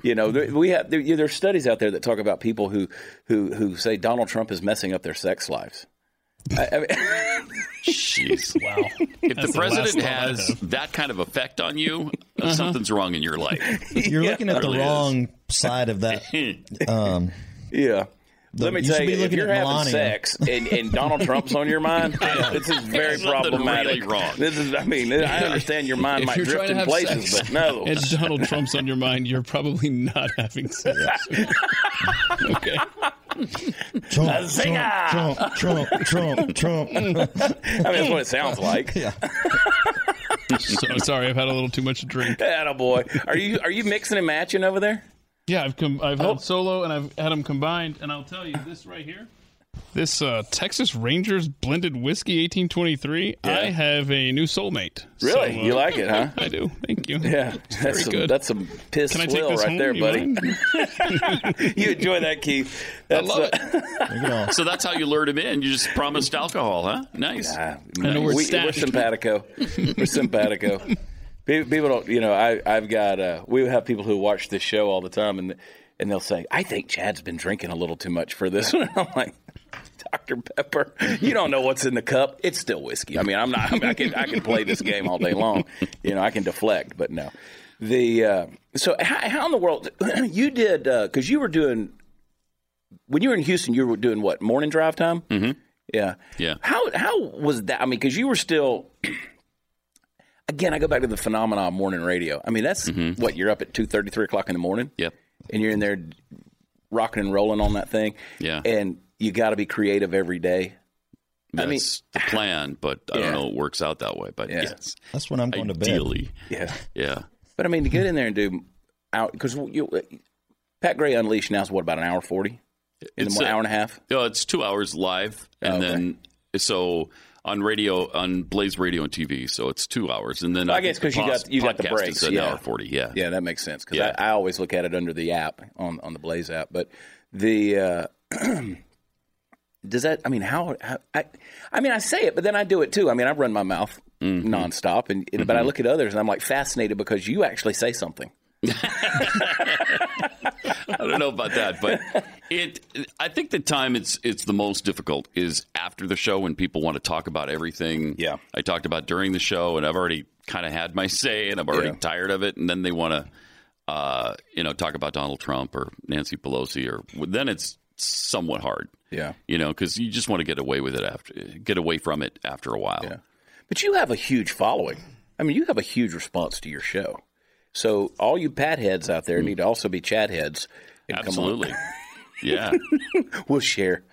Speaker 1: You know, there, we have there, there's studies out there that talk about people who who who say Donald Trump is messing up their sex lives. I, I mean,
Speaker 5: Jeez, wow! If the
Speaker 2: the last Uh-huh.
Speaker 5: president
Speaker 2: thought I
Speaker 5: has that kind of effect on you, uh, something's wrong in your life.
Speaker 6: You're looking at the
Speaker 5: really is.
Speaker 6: wrong side of that.
Speaker 1: yeah. Let me
Speaker 6: you
Speaker 1: tell
Speaker 6: should be
Speaker 1: you, if
Speaker 6: looking
Speaker 1: you're
Speaker 6: at
Speaker 1: having
Speaker 6: Melania.
Speaker 1: sex and, and Donald Trump's on your mind, this is very
Speaker 5: There's something
Speaker 1: problematic.
Speaker 5: really wrong.
Speaker 1: This is, I mean, I understand your mind
Speaker 2: If
Speaker 1: might
Speaker 2: you're
Speaker 1: drift
Speaker 2: trying to
Speaker 1: in
Speaker 2: have
Speaker 1: places,
Speaker 2: sex
Speaker 1: but no.
Speaker 2: and Donald Trump's on your mind, you're probably not having sex. okay.
Speaker 6: Trump, Trump, Trump, Trump, Trump, Trump.
Speaker 1: I mean, that's what it sounds like.
Speaker 2: So, sorry, I've had a little too much to drink.
Speaker 1: Attaboy. Are you are you mixing and matching over there?
Speaker 2: Yeah, I've com- I've had
Speaker 1: Oh.
Speaker 2: solo and I've had them combined, and I'll tell you this right here. This uh, Texas Rangers blended whiskey 1823. I have a new soulmate.
Speaker 1: Really?
Speaker 2: So, uh,
Speaker 1: you like it, huh?
Speaker 2: I do. Thank you.
Speaker 1: Yeah. That's some,
Speaker 2: good.
Speaker 1: that's some piss
Speaker 2: Can I take
Speaker 1: swill
Speaker 2: this
Speaker 1: right
Speaker 2: home?
Speaker 1: there,
Speaker 2: You
Speaker 1: buddy.
Speaker 2: mind?
Speaker 1: you enjoy that, Keith. That's
Speaker 2: love
Speaker 1: uh,
Speaker 5: So that's how you lured him in. You just promised alcohol, huh? Nice.
Speaker 1: Ah,
Speaker 2: know we're
Speaker 1: we, we're
Speaker 2: stacked.
Speaker 1: simpatico. we're simpatico. Pe- People don't, you know. I, I've got. Uh, we have people who watch this show all the time, and and they'll say, "I think Chad's been drinking a little too much for this." one." I'm like, "Dr. Pepper, you don't know what's in the cup. It's still whiskey. I mean, I'm not. I, mean, I can I can play this game all day long. You know, I can deflect, but no. The uh, so how, how in the world you did because you were doing when you were in Houston, you were doing what morning drive time? Mm-hmm. Yeah,
Speaker 5: Yeah.
Speaker 1: How how was that? I mean, because you were still. Again, I go back to the phenomenon of morning radio. I mean, that's
Speaker 5: Mm-hmm.
Speaker 1: what you're up at 2, 3 o'clock in the morning,
Speaker 5: Yep.
Speaker 1: and you're in there rocking and rolling on that thing.
Speaker 5: Yeah.
Speaker 1: and you got to be creative every day.
Speaker 5: That's
Speaker 1: I mean-
Speaker 5: the plan, but I
Speaker 1: Yeah.
Speaker 5: don't know it works out that way. But
Speaker 1: Yeah.
Speaker 5: yes,
Speaker 6: That's when I'm going to bed.
Speaker 5: ideally,
Speaker 1: Yeah,
Speaker 5: yeah,
Speaker 1: but I mean, to get in there and do out because you, Pat Gray Unleashed now is what about an hour forty in
Speaker 5: It's
Speaker 1: the
Speaker 5: a-
Speaker 1: mo- hour and a half.
Speaker 5: no, it's two hours live, and
Speaker 1: Okay.
Speaker 5: then so on radio on Blaze Radio and TV, so it's two hours, and then
Speaker 1: I guess
Speaker 5: think
Speaker 1: 'cause you got-
Speaker 5: pos-
Speaker 1: you got the
Speaker 5: podcast is
Speaker 1: breaks,
Speaker 5: an
Speaker 1: yeah.
Speaker 5: hour forty, yeah,
Speaker 1: Yeah, that makes sense because
Speaker 5: Yeah.
Speaker 1: I, I always look at it under the app on, on the Blaze app. But the uh, does that? I mean, how, how? I I mean, I say it, but then I do it too. I mean, I run my mouth
Speaker 5: Mm-hmm.
Speaker 1: nonstop, and and- but I look at others and I'm like fascinated because you actually say something.
Speaker 5: I don't know about that, but it. I think the time it's it's the most difficult is after the show when people want to talk about everything.
Speaker 1: Yeah.
Speaker 5: I talked about during the show, and I've already kind of had my say, and I'm already
Speaker 1: Yeah.
Speaker 5: tired of it, and then they want to, uh, you know, talk about Donald Trump or Nancy Pelosi, or then it's somewhat hard.
Speaker 1: Yeah.
Speaker 5: You know, because you just want to get away with it after, get away from it after a while.
Speaker 1: Yeah. But you have a huge following. I mean, you have a huge response to your show. So all you pat heads out
Speaker 5: Mm.
Speaker 1: there need to also be chat heads. And
Speaker 5: Absolutely. yeah.
Speaker 1: Come on, we'll share.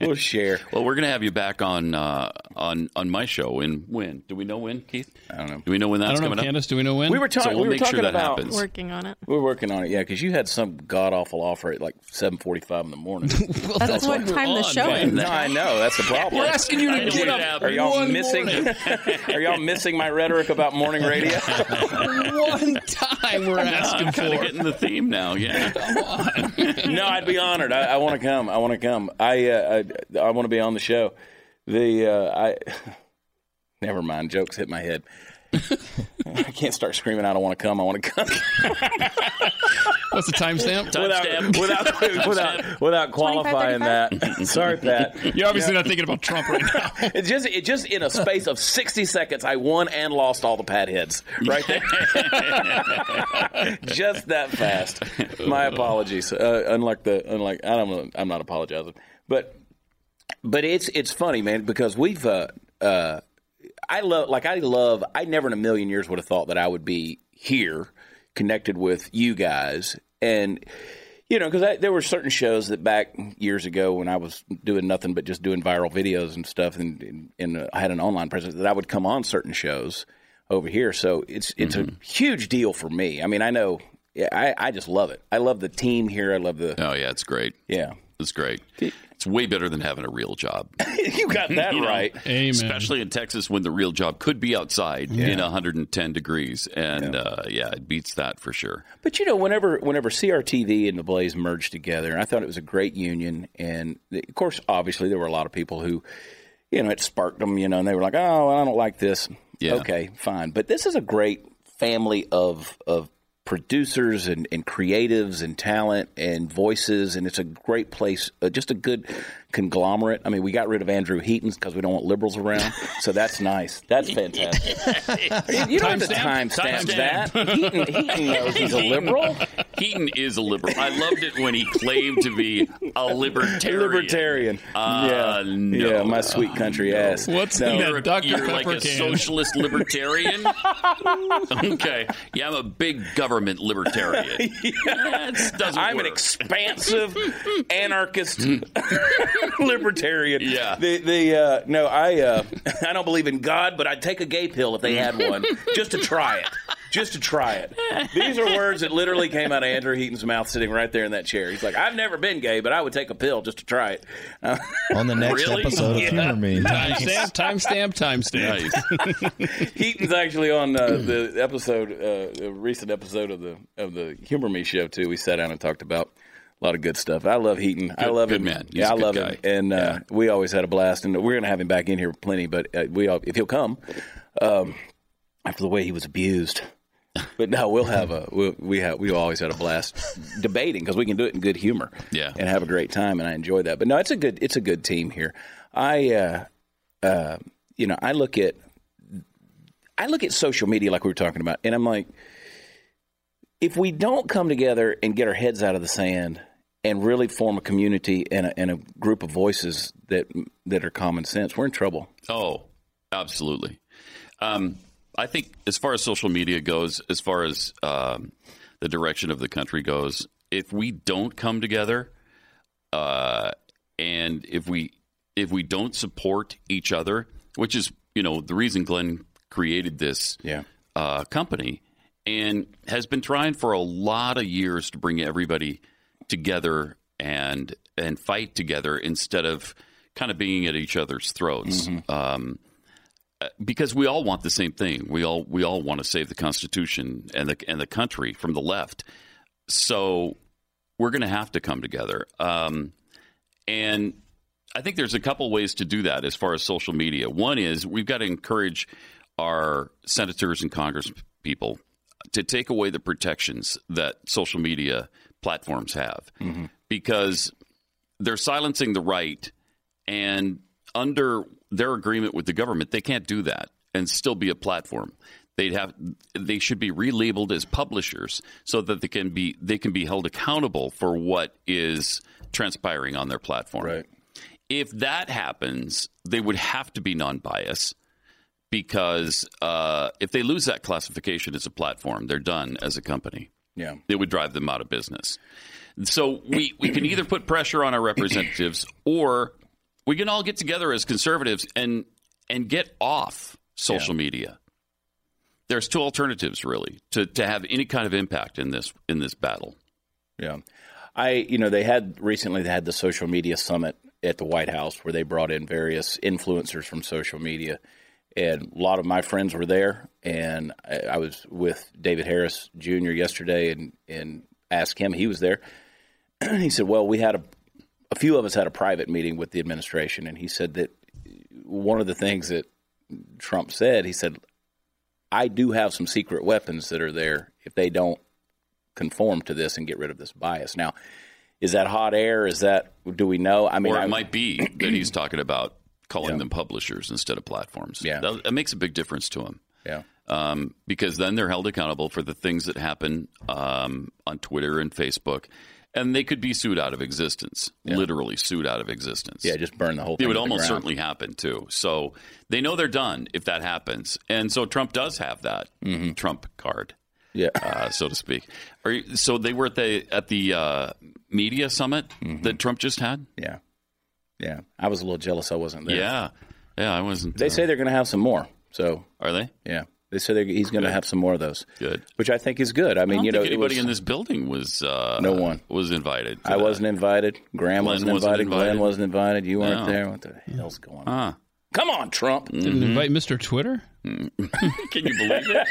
Speaker 1: We'll share.
Speaker 5: Well, we're gonna have you back on uh, on on my show. And when? Do we know when, Keith? I don't know. Do we know when
Speaker 2: I
Speaker 5: that's
Speaker 2: don't know,
Speaker 5: coming up?
Speaker 2: Candace. Do we know when?
Speaker 1: We were
Speaker 5: So
Speaker 1: talking.
Speaker 5: we'll
Speaker 1: we were
Speaker 5: make sure
Speaker 1: talking
Speaker 5: that
Speaker 1: about.
Speaker 5: happens.
Speaker 4: Working on it.
Speaker 1: We're working on it, yeah, because you had some god awful offer at like seven forty five in the morning.
Speaker 4: That's, what time the show
Speaker 1: no,
Speaker 4: is.
Speaker 1: I know that's the problem.
Speaker 2: We're asking you
Speaker 5: I
Speaker 2: to
Speaker 5: knew
Speaker 2: get
Speaker 5: it
Speaker 2: up.
Speaker 5: happened.
Speaker 1: Are y'all
Speaker 2: one
Speaker 1: missing?
Speaker 2: morning.
Speaker 1: are y'all missing my rhetoric about morning radio?
Speaker 2: one time we're asking
Speaker 5: Kind of
Speaker 2: for.
Speaker 5: getting the theme now. Yeah.
Speaker 1: no, I'd be honored. I, I want to come. I want to come. I uh, I, I want to be on the show. The uh, I never mind. Jokes hit my head. I can't start screaming. I don't want to come. I want to come
Speaker 2: What's the timestamp?
Speaker 1: without without
Speaker 5: Timestamp.
Speaker 1: without, without qualifying that. Sorry, Pat.
Speaker 2: You're obviously not thinking about Trump right now.
Speaker 1: It just it just in a space of sixty seconds, I won and lost all the pad heads right there. just that fast. My apologies. Uh, unlike the unlike I don't I'm not apologizing, but but it's it's funny, man, because we've uh, uh, I love like I love I never in a million years would have thought that I would be here connected with you guys and you know, because there were certain shows that back years ago when I was doing nothing but just doing viral videos and stuff, and, and, and uh, I had an online presence that I would come on certain shows over here. So it's it's a huge deal for me. I mean, I know, yeah, I, I just love it. I love the team here. I love the
Speaker 5: Oh yeah, it's great.
Speaker 1: yeah.
Speaker 5: It's great. It's way better than having a real job,
Speaker 1: you got that right.
Speaker 2: Amen.
Speaker 5: especially in Texas when the real job could be outside in 110 degrees. And yeah. Uh, yeah, it beats that for sure.
Speaker 1: But you know, whenever whenever CRTV and the Blaze merged together, I thought it was a great union. And the- of course, obviously, there were a lot of people who, you know, it sparked them. You know, and they were like, "Oh, I don't like this."
Speaker 5: Yeah.
Speaker 1: Okay, fine. But this is a great family of of producers and, and creatives and talent and voices and it's a great place uh, just a good conglomerate i mean we got rid of andrew heaton because we don't want liberals around so that's nice that's fantastic you don't have to time stamp that
Speaker 5: Timestamp.
Speaker 1: heaton, heaton knows he's a liberal
Speaker 5: Heaton is a liberal. I loved it when he claimed to be a libertarian.
Speaker 1: libertarian.
Speaker 5: Uh,
Speaker 1: yeah,
Speaker 5: no.
Speaker 1: yeah, my sweet country ass.
Speaker 2: What's
Speaker 1: No.
Speaker 2: in
Speaker 5: You're,
Speaker 2: that
Speaker 5: a,
Speaker 2: Dr.
Speaker 5: you're
Speaker 2: Pepper
Speaker 5: like a
Speaker 2: can?
Speaker 5: socialist libertarian? okay. Yeah, I'm a big government libertarian. That doesn't
Speaker 1: I'm an
Speaker 5: work.
Speaker 1: expansive anarchist libertarian.
Speaker 5: Yeah.
Speaker 1: The the uh, no, I uh, I don't believe in God, but I'd take a gay pill if they had one, just to try it, just to try it. These are words that literally came out of Andrew Heaton's mouth, sitting right there in that chair. He's like, I've never been gay, but I would take a pill just to try it. Uh,
Speaker 6: On the next
Speaker 5: Really?
Speaker 6: episode of Humor Me.
Speaker 2: Timestamp, timestamp, timestamp.
Speaker 5: Nice.
Speaker 1: Heaton's actually on uh, the episode, uh, a recent episode of the of the Humor Me show too. We sat down and talked about a lot of good stuff. I love Heaton. I love
Speaker 5: good
Speaker 1: him.
Speaker 5: man. He's
Speaker 1: yeah,
Speaker 5: a
Speaker 1: I
Speaker 5: good
Speaker 1: love him.
Speaker 5: guy.
Speaker 1: And uh, we always had a blast. And we're gonna have him back in here plenty. But uh, we all, if he'll come, um, after the way he was abused. But no, we'll have a we'll, we have we always had a blast debating because we can do it in good humor,
Speaker 5: Yeah.
Speaker 1: and have a great time, and I enjoy that. But no, it's a good it's a good team here. I uh, uh, you know I look at I look at social media like we were talking about, and I'm like, if we don't come together and get our heads out of the sand and really form a community and a, and a group of voices that that are common sense, we're in trouble.
Speaker 5: Oh, absolutely. Um, I think as far as social media goes, as far as um, the direction of the country goes, if we don't come together, uh, and if we if we don't support each other, which is you know the reason Glenn created this
Speaker 1: Yeah.
Speaker 5: uh, company and has been trying for a lot of years to bring everybody together and and fight together instead of kind of being at each other's throats. Um, uh, because we all want the same thing. We all we all want to save the Constitution and the and the country from the left. So we're going to have to come together. Um, and I think there's a couple ways to do that as far as social media. One is we've got to encourage our senators and Congress people to take away the protections that social media platforms have because they're silencing the right and under their agreement with the government they can't do that and still be a platform they'd have they should be relabeled as publishers so that they can be they can be held accountable for what is transpiring on their platform.
Speaker 1: Right.
Speaker 5: If that happens, they would have to be non biased because uh, if they lose that classification as a platform, they're done as a company.
Speaker 1: Yeah.
Speaker 5: It would drive them out of business. So we, we can either put pressure on our representatives or we can all get together as conservatives and and get off social media. There's two alternatives really to, to have any kind of impact in this in this battle.
Speaker 1: Yeah. I, you know, they had recently they had the social media summit at the White House where they brought in various influencers from social media. And a lot of my friends were there. And I, I was with David Harris Jr. yesterday and, and asked him, he was there. he said, Well, we had a, a few of us had a private meeting with the administration. And he said that one of the things that Trump said, he said, I do have some secret weapons that are there if they don't conform to this and get rid of this bias. Now, is that hot air? Is that do we know? I mean,
Speaker 5: or it
Speaker 1: I-
Speaker 5: might be that he's talking about calling them publishers instead of platforms.
Speaker 1: Yeah.
Speaker 5: That, that makes a big difference to him
Speaker 1: yeah,
Speaker 5: um, because then they're held accountable for the things that happen um, on Twitter and Facebook, and they could be sued out of existence, literally sued out of existence.
Speaker 1: yeah, just burn the whole.
Speaker 5: It
Speaker 1: thing
Speaker 5: would
Speaker 1: to the
Speaker 5: almost
Speaker 1: ground.
Speaker 5: certainly happen too. So they know they're done if that happens, and so Trump does have that
Speaker 1: Mm-hmm.
Speaker 5: Trump card,
Speaker 1: Yeah,
Speaker 5: uh, so to speak. Are you, so they were at the at the uh, media summit
Speaker 1: Mm-hmm.
Speaker 5: that Trump just had.
Speaker 1: yeah, yeah. I was a little jealous. I wasn't there.
Speaker 5: Yeah, yeah, I wasn't.
Speaker 1: they
Speaker 5: uh,
Speaker 1: say they're going to have some more. So
Speaker 5: are they?
Speaker 1: yeah, they say they're, he's going to have some more of those.
Speaker 5: Good.
Speaker 1: Which I think is good. I
Speaker 5: I
Speaker 1: mean,
Speaker 5: don't
Speaker 1: you know,
Speaker 5: think
Speaker 1: it
Speaker 5: anybody
Speaker 1: was-
Speaker 5: in this building was uh,
Speaker 1: No one.
Speaker 5: was invited. to
Speaker 1: I
Speaker 5: that.
Speaker 1: wasn't invited. Graham
Speaker 5: Glenn
Speaker 1: wasn't,
Speaker 5: wasn't
Speaker 1: invited. Glenn
Speaker 5: invited.
Speaker 1: wasn't invited. You weren't
Speaker 5: No.
Speaker 1: there. What the hell's going on?
Speaker 5: Huh.
Speaker 1: Come on, Trump.
Speaker 2: Didn't invite Mr. Twitter?
Speaker 5: Mm. Can you believe it?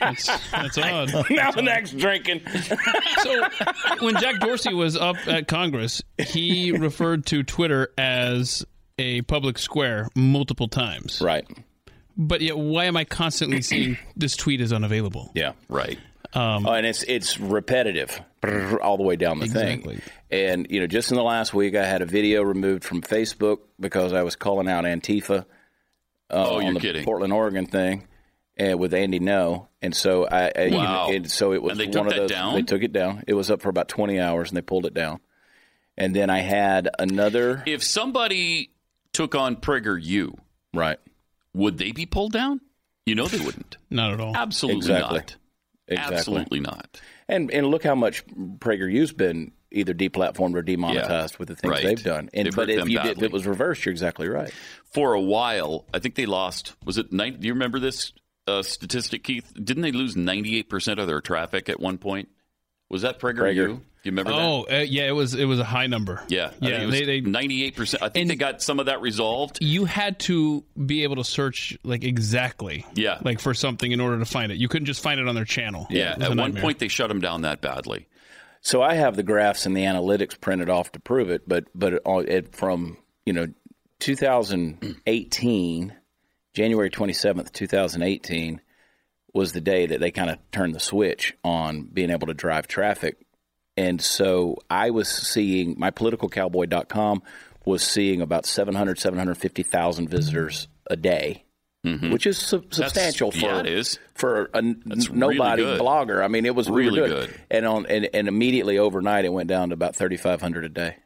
Speaker 2: That's, that's odd.
Speaker 1: Now the next drinking.
Speaker 2: So, when Jack Dorsey was up at Congress, he referred to Twitter as a public square multiple times.
Speaker 1: right.
Speaker 2: But yet, why am I constantly seeing this tweet is unavailable?
Speaker 1: Yeah.
Speaker 5: Right.
Speaker 1: Oh, and it's it's repetitive brrr, all the way down the
Speaker 2: Exactly.
Speaker 1: thing. And you know, just in the last week, I had a video removed from Facebook because I was calling out Antifa uh,
Speaker 5: Oh,
Speaker 1: on
Speaker 5: you're
Speaker 1: the
Speaker 5: kidding.
Speaker 1: Portland, Oregon thing. And with Andy No, and so I, I you
Speaker 5: Wow.
Speaker 1: know, and so it was
Speaker 5: And they took
Speaker 1: one of
Speaker 5: that
Speaker 1: those.
Speaker 5: down?
Speaker 1: They took it down. It was up for about twenty hours, and they pulled it down. And then I had another
Speaker 5: If somebody took on Prager U,
Speaker 1: right,
Speaker 5: would they be pulled down? You know they wouldn't.
Speaker 2: Not at all.
Speaker 5: Absolutely
Speaker 1: Exactly.
Speaker 5: not.
Speaker 1: exactly.
Speaker 5: Absolutely not.
Speaker 1: And and look how much PragerU's been either deplatformed or demonetized with the things
Speaker 5: right.
Speaker 1: they've done. And
Speaker 5: They've
Speaker 1: but
Speaker 5: hurt
Speaker 1: if
Speaker 5: them
Speaker 1: you did, if
Speaker 5: badly.
Speaker 1: it was reversed, you're exactly right.
Speaker 5: For a while, I think they lost. Was it nine? Do you remember this uh, statistic, Keith? Didn't they lose ninety-eight percent of their traffic at one point? Was that Prager,
Speaker 1: Prager.
Speaker 5: U? Do you remember that?
Speaker 2: Oh, uh, yeah, it was it was a high number. yeah.
Speaker 5: Yeah, I think
Speaker 2: they,
Speaker 5: it was
Speaker 2: they,
Speaker 5: ninety-eight percent. I think
Speaker 2: And-
Speaker 5: they got some of that resolved.
Speaker 2: you had to be able to search like exactly,
Speaker 5: Yeah.
Speaker 2: like for something in order to find it. You couldn't just find it on their channel.
Speaker 5: Yeah,
Speaker 2: It was a
Speaker 5: at one
Speaker 2: nightmare.
Speaker 5: point they shut them down that badly.
Speaker 1: So I have the graphs and the analytics printed off to prove it, but but it, it, from you know 2018, January 27th, 2018 was the day that they kind of turned the switch on being able to drive traffic. And so I was seeing my politicalcowboy.com was seeing about 700 750,000 visitors a day, which is sub- substantial for
Speaker 5: Mm-hmm. yeah, it is.
Speaker 1: for a n-
Speaker 5: really
Speaker 1: nobody
Speaker 5: good.
Speaker 1: blogger. I mean, it was we were
Speaker 5: Really
Speaker 1: doing-
Speaker 5: good.
Speaker 1: And on and, and immediately overnight, it went down to about thirty five hundred a day.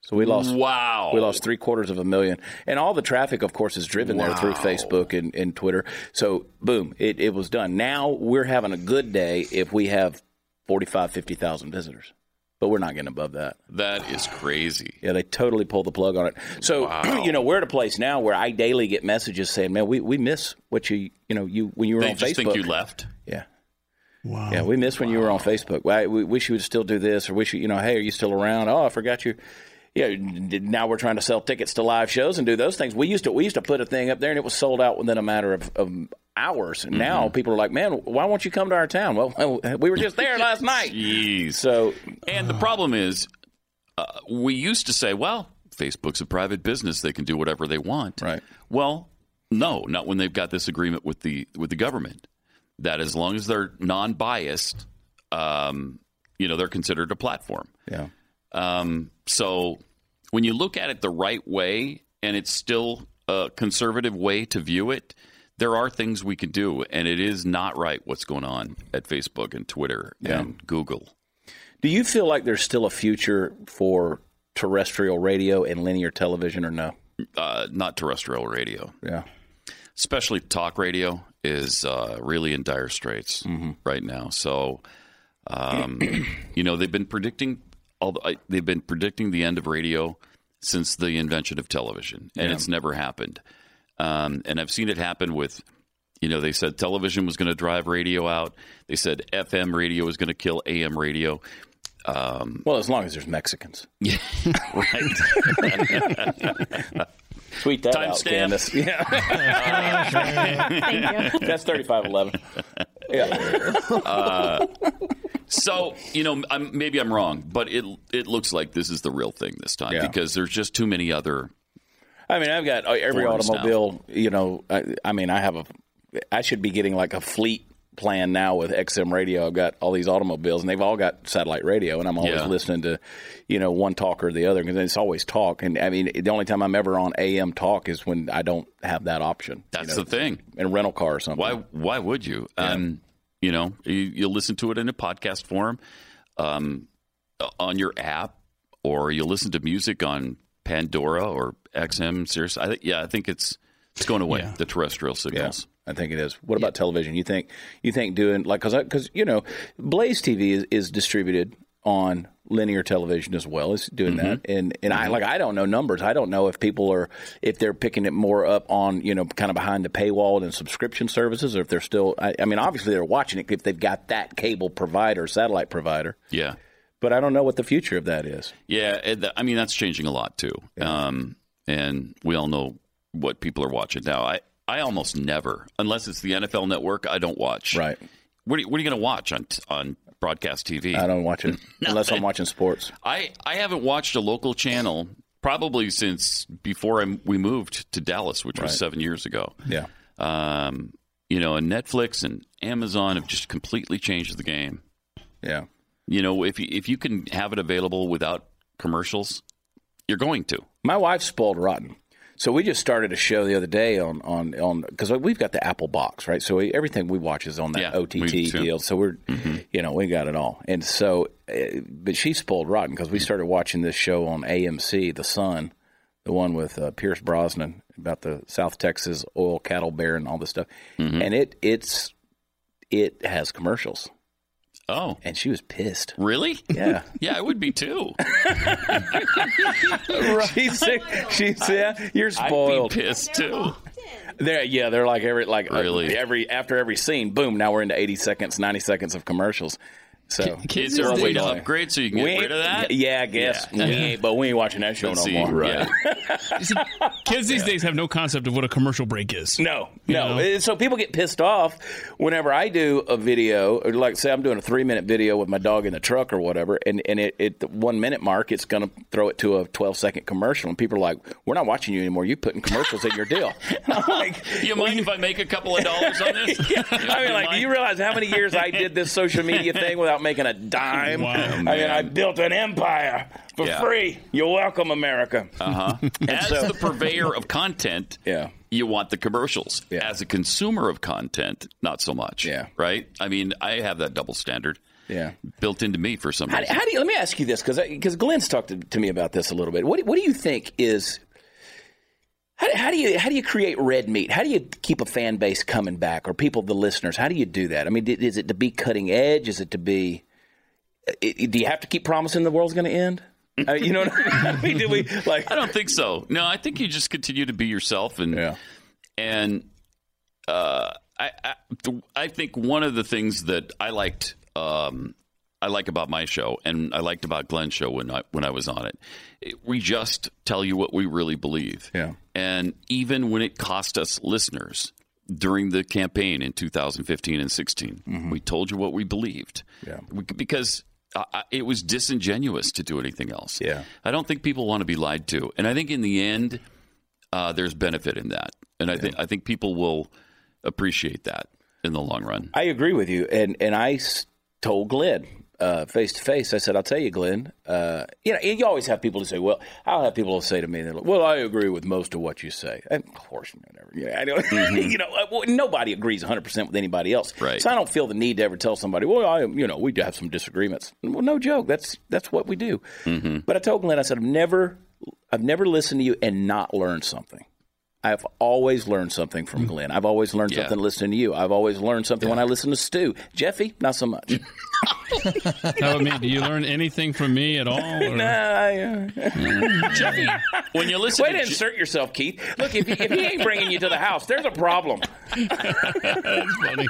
Speaker 1: So we lost
Speaker 5: Wow,
Speaker 1: we lost three quarters of a million, and all the traffic, of course, is driven there through
Speaker 5: Wow.
Speaker 1: Facebook and, and Twitter. So boom, it, it was done. Now we're having a good day if we have 45, 50,000 visitors, but we're not getting above that.
Speaker 5: That is crazy.
Speaker 1: Yeah, they totally pulled the plug on it. So you know we're at a place now where I daily get messages saying, "Man, we, we miss what you you know you when you were
Speaker 5: They
Speaker 1: on
Speaker 5: just
Speaker 1: Facebook."
Speaker 5: think you left.
Speaker 1: yeah.
Speaker 2: Wow.
Speaker 1: Yeah, we miss when you were on Facebook. Why- We wish you would still do this, or wish you, you know, hey, are you still around? Oh, I forgot you. Yeah, d- now we're trying to sell tickets to live shows and do those things. We used to we used to put a thing up there, and it was sold out within a matter of, of hours. And now people are like, man, why won't you come to our town? Well, well, we were just there last night.
Speaker 5: Jeez.
Speaker 1: So
Speaker 5: And the problem is, uh, we used to say, well, Facebook's a private business; they can do whatever they want.
Speaker 1: Right.
Speaker 5: Well, no, not when they've got this agreement with the with the government that as long as they're non-biased, um, you know, they're considered a platform.
Speaker 1: yeah,
Speaker 5: Um, so when you look at it the right way, and it's still a conservative way to view it, there are things we can do, and it is not right what's going on at Facebook and Twitter and Google.
Speaker 1: Do you feel like there's still a future for terrestrial radio and linear television, or no?
Speaker 5: uh, not terrestrial radio,
Speaker 1: Yeah.
Speaker 5: especially talk radio, is uh, really in dire straits right now. So, um, you know, they've been predicting, although I, they've been predicting the end of radio since the invention of television, and it's never happened. Um, and I've seen it happen with, you know, they said television was going to drive radio out. They said FM radio was going to kill AM radio.
Speaker 1: Well, as long as there's Mexicans.
Speaker 5: Right.
Speaker 1: Tweet that
Speaker 5: Timestamp.
Speaker 1: out, Candace. Yeah,
Speaker 4: Thank you.
Speaker 1: that's thirty-five eleven. Yeah,
Speaker 5: So you know, I'm, maybe I'm wrong, but it it looks like this is the real thing this time
Speaker 1: Yeah.
Speaker 5: because there's just too many other.
Speaker 1: I mean, I've got uh, every
Speaker 5: Forms now.
Speaker 1: automobile. You know, I, I mean, I have a. I should be getting like a fleet plan now with XM radio. I've got all these automobiles, and they've all got satellite radio, and I'm always
Speaker 5: Yeah.
Speaker 1: listening to, you know, one talk or the other because it's always talk. And I mean, the only time I'm ever on AM talk is when I don't have that option.
Speaker 5: That's the thing.
Speaker 1: in a rental car or something.
Speaker 5: Why why would you? Um, you know, you, you listen to it in a podcast form, um, on your app, or you listen to music on Pandora or XM. Seriously, I think yeah, I think it's it's going away. The terrestrial signals.
Speaker 1: I think it is. What about television? You think you think doing like because because you know Blaze TV is, is distributed on linear television as well. It's doing that, and and I like I don't know numbers. I don't know if people are if they're picking it more up on you know kind of behind the paywall and subscription services, or if they're still. I, I mean, obviously they're watching it if they've got that cable provider, satellite provider.
Speaker 5: Yeah.
Speaker 1: But I don't know what the future of that is.
Speaker 5: Yeah, it, I mean that's changing a lot too, um, and we all know what people are watching now. I, I almost never, unless it's the NFL Network, I don't watch.
Speaker 1: Right.
Speaker 5: What are you, what are you going to watch on t- on broadcast TV?
Speaker 1: I don't watch it unless I'm watching sports.
Speaker 5: I, I haven't watched a local channel probably since before I, we moved to Dallas, which was seven years ago.
Speaker 1: Yeah.
Speaker 5: Um, you know, and Netflix and Amazon have just completely changed the game.
Speaker 1: Yeah.
Speaker 5: You know, if you, if you can have it available without commercials, you're going to.
Speaker 1: My wife's spoiled rotten. So we just started a show the other day on on on because we've got the Apple Box, right? So we, everything we watch is on that
Speaker 5: Yeah, we
Speaker 1: OTT
Speaker 5: too. Mm-hmm.
Speaker 1: deal. So we're, you know, we got it all. And so, uh, but she's spoiled rotten because
Speaker 5: Mm-hmm.
Speaker 1: we started watching this show on AMC, The Sun, the one with uh, Pierce Brosnan about the South Texas oil cattle bear and all this stuff.
Speaker 5: Mm-hmm.
Speaker 1: And it it's it has commercials,
Speaker 5: Oh,
Speaker 1: and she was pissed.
Speaker 5: really?
Speaker 1: Yeah.
Speaker 5: Yeah, I would be too.
Speaker 1: she's she's yeah, you're
Speaker 5: I'd be
Speaker 1: spoiled.
Speaker 5: pissed too.
Speaker 1: They're, yeah, they're like every like uh,
Speaker 5: Really?
Speaker 1: every after every scene, boom. Now we're into eighty seconds, ninety seconds of commercials. So
Speaker 5: Is there a way to upgrade so you can get rid of that?
Speaker 1: Yeah, I guess
Speaker 5: Yeah.
Speaker 1: we ain't, but we ain't watching that show
Speaker 5: Let's
Speaker 1: no
Speaker 5: see.
Speaker 1: more.
Speaker 5: Yeah.
Speaker 2: Kids these days have no concept of what a commercial break is.
Speaker 1: No, no.
Speaker 2: know?
Speaker 1: And So people get pissed off whenever I do a video, or like say I'm doing a three minute video with my dog in the truck or whatever, and and it, at the one minute mark, it's going to throw it to a 12 second commercial, and people are like, "We're not watching you anymore. You're putting commercials in your deal." I'm like,
Speaker 5: You mind if I make a couple of dollars on this?
Speaker 1: Yeah, I mean, like, do you realize how many years I did this social media thing without making a dime?
Speaker 2: Wow,
Speaker 1: I mean, I built an empire for
Speaker 5: Yeah.
Speaker 1: free. You're welcome, America.
Speaker 5: As the purveyor of content,
Speaker 1: Yeah.
Speaker 5: you want the commercials.
Speaker 1: Yeah.
Speaker 5: As a consumer of content, not so much.
Speaker 1: Yeah.
Speaker 5: Right? I mean, I have that double standard
Speaker 1: Yeah.
Speaker 5: built into me for some
Speaker 1: How,
Speaker 5: reason.
Speaker 1: how do you, let me ask you this because because Glenn's talked to, to me about this a little bit. What do- what do you think is how, do- how do you how do you create red meat? How do you keep a fan base coming back or people the listeners? How do you do that? I mean, d- is it to be cutting edge? Is it to be? i- i- do you have to keep promising the world's going to end? I mean, you know, what I mean? do we like?
Speaker 5: I don't think so. No, I think you just continue to be yourself and and uh, I, I th- I think one of the things that I liked um, I like about my show and I liked about Glenn's show when I when I was on it, it- we just tell you what we really believe.
Speaker 1: Yeah.
Speaker 5: And even when it cost us listeners during the campaign in 2015 and 16, we told you what we believed. Yeah. We, because I, I, it was disingenuous to do anything else.
Speaker 1: Yeah.
Speaker 5: I don't think people want to be lied to, and I think in the end uh, there's benefit in that, and I think I think people will appreciate that in the long run.
Speaker 1: I agree with you, and and I s- told Glenn face to face. I said, I'll tell you, Glenn. Uh, you know, you always have people to say, well, I'll have people say to me, they're like, well, I agree with most of what you say. And of course, you never. Yeah, I don't, you know, uh, well, nobody agrees 100% with anybody else.
Speaker 5: Right.
Speaker 1: So I don't feel the need to ever tell somebody, well, I, you know, we do have some disagreements. Well, no joke. That's, that's what we do. But I told Glenn, I said, I've never, I've never listened to you and not learned something. I've always learned something from Glenn. I've always learned
Speaker 5: Yeah.
Speaker 1: something listening to you. I've always learned something when I listen to Stu. Jeffy, not so much.
Speaker 2: How about me? Do you learn anything from me at all? or-
Speaker 1: Nah, Uh, I-
Speaker 5: Jeffy, when you listen
Speaker 1: Way
Speaker 5: to
Speaker 1: to
Speaker 5: Je-
Speaker 1: insert yourself, Keith. Look, if, if he ain't bringing you to the house, there's a problem.
Speaker 2: That's funny.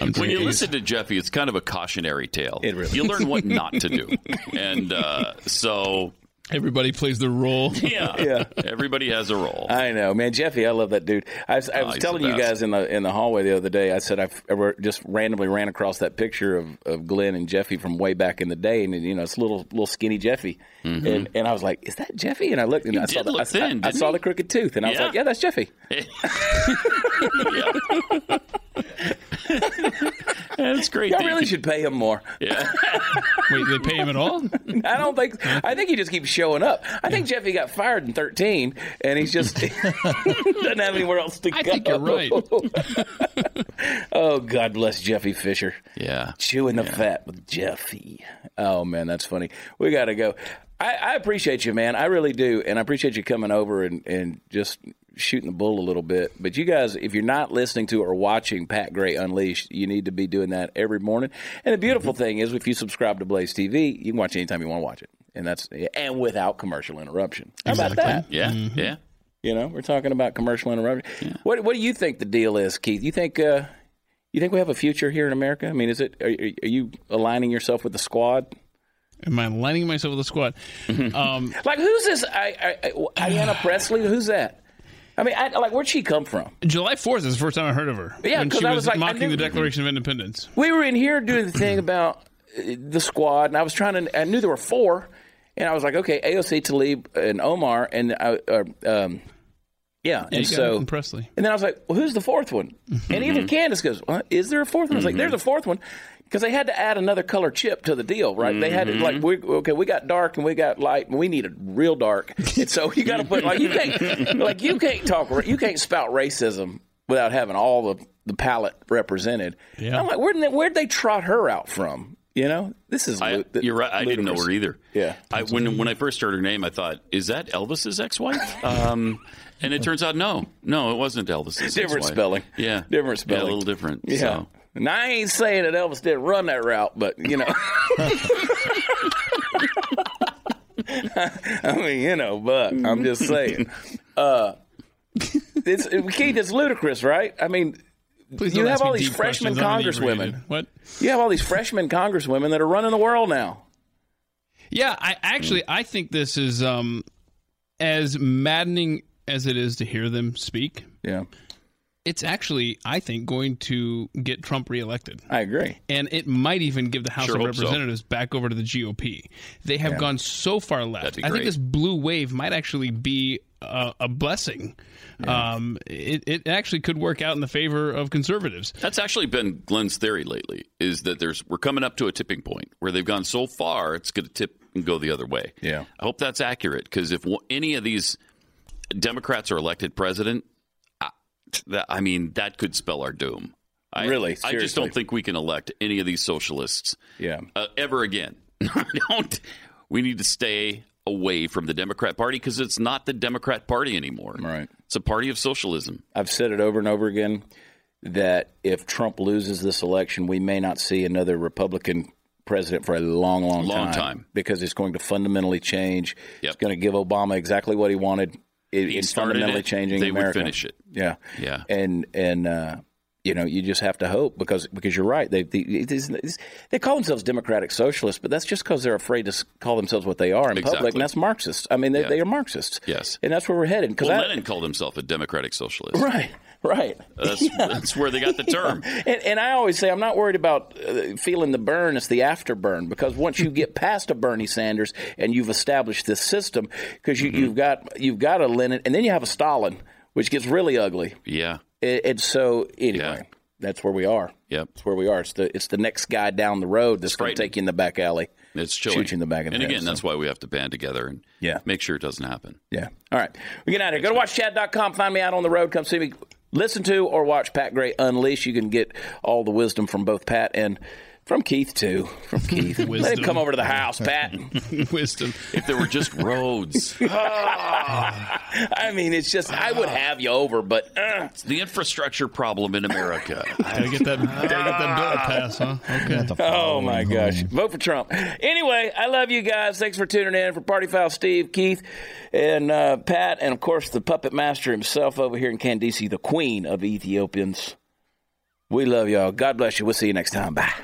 Speaker 2: I'm
Speaker 5: when you
Speaker 2: drinking.
Speaker 5: listen to Jeffy, it's kind of a cautionary tale.
Speaker 1: It really
Speaker 5: you learn what not to do, and uh, so
Speaker 2: Everybody plays their role.
Speaker 5: yeah, everybody has a role.
Speaker 1: I know, man. Jeffy, I love that dude. I was, I was
Speaker 5: he's
Speaker 1: telling
Speaker 5: the
Speaker 1: you
Speaker 5: best.
Speaker 1: guys in Oh, the in the hallway the other day. I said I f- I re- just randomly ran across that picture of, of Glenn and Jeffy from way back in the day, and you know, it's little little skinny Jeffy, and and I was like, is that Jeffy? And I looked and I saw
Speaker 5: did
Speaker 1: the,
Speaker 5: look
Speaker 1: I,
Speaker 5: thin,
Speaker 1: I- I
Speaker 5: didn't
Speaker 1: saw
Speaker 5: you?
Speaker 1: the crooked tooth, and I was
Speaker 5: Yeah.
Speaker 1: like, yeah, that's Jeffy.
Speaker 5: Yeah. That's great.
Speaker 1: Y'all
Speaker 5: that you
Speaker 1: really
Speaker 5: can-
Speaker 1: should pay him more.
Speaker 5: Yeah.
Speaker 2: Wait, they pay him at all?
Speaker 1: I don't think. I think he just keeps showing up. I think Jeffy got fired in thirteen, and he's just doesn't have anywhere else to go.
Speaker 2: I think you're right.
Speaker 1: oh, God bless Jeffy Fisher.
Speaker 5: Yeah.
Speaker 1: Chewing the fat with Jeffy. Oh, man, that's funny. We got to go. I, I appreciate you, man. I really do. And I appreciate you coming over and, and just shooting the bull a little bit. But you guys, if you're not listening to or watching Pat Gray Unleashed, you need to be doing that every morning. And the beautiful thing is, if you subscribe to Blaze TV, you can watch it anytime you want to watch it. And that's and without commercial interruption. How about that?
Speaker 5: Yeah. Yeah.
Speaker 1: You know, we're talking about commercial interruption. What What do you think the deal is, Keith? You think uh, you think we have a future here in America? I mean, is it are, are you aligning yourself with the squad?
Speaker 2: Am I lining myself with a squad?
Speaker 1: Mm-hmm.
Speaker 2: Um,
Speaker 1: Like, who's this? I, I, I, Ayanna Presley? Who's that? I mean, I, like, where'd she come from?
Speaker 2: July 4th is the first time I heard of her.
Speaker 1: Yeah,
Speaker 2: when
Speaker 1: 'cause
Speaker 2: she
Speaker 1: I
Speaker 2: was,
Speaker 1: was like, I
Speaker 2: mocking
Speaker 1: knew-
Speaker 2: the Declaration of Independence.
Speaker 1: We were in here doing the thing about uh, the squad, and I was trying to. I knew there were four, and I was like, okay, AOC, Talib, and Omar, and I, uh, um, yeah,
Speaker 2: You
Speaker 1: and
Speaker 2: got
Speaker 1: so.
Speaker 2: Elton Presley.
Speaker 1: And then I was like, well, who's the fourth one? And even Candace goes, well, is there a fourth one? I was like, there's a fourth one. Because they had to add another color chip to the deal, right? They had to, like, we, okay, we got dark and we got light, and we need a real dark. And so you got to put like you can't like you can't talk ra- you can't spout racism without having all the the palette represented.
Speaker 2: Yeah.
Speaker 1: I'm like, where'd they, where'd they trot her out from? You know, this is
Speaker 5: I,
Speaker 1: lu- th-
Speaker 5: you're right. I didn't know
Speaker 1: ludicrous.
Speaker 5: her either.
Speaker 1: Yeah.
Speaker 5: I, when when I first heard her name, I thought, "Is that Elvis's ex-wife?" Um, and it turns out, no, no, it wasn't Elvis's.
Speaker 1: Different
Speaker 5: ex-wife.
Speaker 1: spelling.
Speaker 5: Yeah,
Speaker 1: Different spelling.
Speaker 5: Yeah, a little different.
Speaker 1: Yeah.
Speaker 5: so.
Speaker 1: And I ain't saying that Elvis didn't run that route, but you know. I mean, you know, but I'm just saying. Uh, it's Keith, it's ludicrous, right? I mean,
Speaker 2: Please
Speaker 1: You
Speaker 2: don't
Speaker 1: have
Speaker 2: ask me
Speaker 1: all these
Speaker 2: deep
Speaker 1: freshman
Speaker 2: questions. I'm
Speaker 1: congresswomen.
Speaker 2: inebriated. What?
Speaker 1: you have all these freshman congresswomen that are running the world now.
Speaker 2: Yeah, I actually I think this is um, as maddening as it is to hear them speak.
Speaker 1: Yeah,
Speaker 2: It's actually I think going to get Trump reelected.
Speaker 1: I agree.
Speaker 2: and it might even give the House
Speaker 5: Sure
Speaker 2: of
Speaker 5: hope so.
Speaker 2: Representatives back over to the GOP. They have gone so far left.
Speaker 5: That'd be
Speaker 2: I think
Speaker 5: great.
Speaker 2: this blue wave might actually be a, a blessing. Um, it, it actually could work out in the favor of conservatives.
Speaker 5: That's actually been Glenn's theory lately: is that there's we're coming up to a tipping point where they've gone so far, it's going to tip and go the other way.
Speaker 1: Yeah.
Speaker 5: I hope that's accurate because if one- any of these Democrats are elected president, I, that, I mean, that could spell our doom. I,
Speaker 1: Really?
Speaker 5: I just
Speaker 1: Seriously.
Speaker 5: don't think we can elect any of these socialists
Speaker 1: Yeah,
Speaker 5: uh, ever again. I don't. We need to stay away from the Democrat Party because it's not the Democrat Party anymore.
Speaker 1: Right.
Speaker 5: It's a party of socialism.
Speaker 1: I've said it over and over again that if Trump loses this election, we may not see another Republican president for a long, long,
Speaker 5: Long
Speaker 1: time,
Speaker 5: time.
Speaker 1: because it's going to fundamentally change. It's
Speaker 5: Yep.
Speaker 1: going to give Obama exactly what he wanted. It, it's
Speaker 5: started
Speaker 1: fundamentally
Speaker 5: it,
Speaker 1: changing
Speaker 5: they would
Speaker 1: America.
Speaker 5: finish it.
Speaker 1: Yeah,
Speaker 5: Yeah.
Speaker 1: and and uh, you know you just have to hope because because you're right. They they, it is- it's- they call themselves democratic socialists, but that's just because they're afraid to s- call themselves what they are in public,
Speaker 5: Exactly.
Speaker 1: and that's Marxists. I mean, they, they are Marxists.
Speaker 5: Yes.
Speaker 1: and that's where we're headed. Because
Speaker 5: Well, Lenin called himself a democratic socialist. Uh,
Speaker 1: right, right.
Speaker 5: That's, that's where they got the term.
Speaker 1: And, and I always say I'm not worried about uh, feeling the burn; it's the afterburn because once you get past a Bernie Sanders and you've established this system, because
Speaker 5: Mm-hmm.
Speaker 1: you, you've got you've got a Lenin, and then you have a Stalin, which gets really ugly.
Speaker 5: Yeah.
Speaker 1: And, and so anyway, That's where we are.
Speaker 5: Yep.
Speaker 1: It's where we are. It's the it's the next guy down the road that's going to
Speaker 5: frightening.
Speaker 1: take you in the back alley.
Speaker 5: It's chilling.
Speaker 1: Shoot you in the back of the
Speaker 5: and
Speaker 1: head,
Speaker 5: again,
Speaker 1: so.
Speaker 5: that's why we have to band together and
Speaker 1: Yeah.
Speaker 5: make sure it doesn't happen.
Speaker 1: Yeah. All right. We get out of here. Go to watchchad.com. Find me out on the road. Come see me. Listen to or watch Pat Gray Unleash. You can get all the wisdom from both Pat and from Keith too. From Keith. Let him
Speaker 2: Wisdom.
Speaker 1: come over to the house, Pat.
Speaker 2: Wisdom.
Speaker 5: If there were just roads,
Speaker 1: I mean, it's just I would have you over, but uh,
Speaker 5: it's the infrastructure problem in America.
Speaker 2: Gotta get that. Gotta get that bill to pass, huh? Okay.
Speaker 1: oh my gosh, vote for Trump. Anyway, I love you guys. Thanks for tuning in for Party Foul, Steve, Keith, and uh, Pat, and of course the puppet master himself over here in Candice, the queen of Ethiopians. We love y'all. God bless you. We'll see you next time. Bye.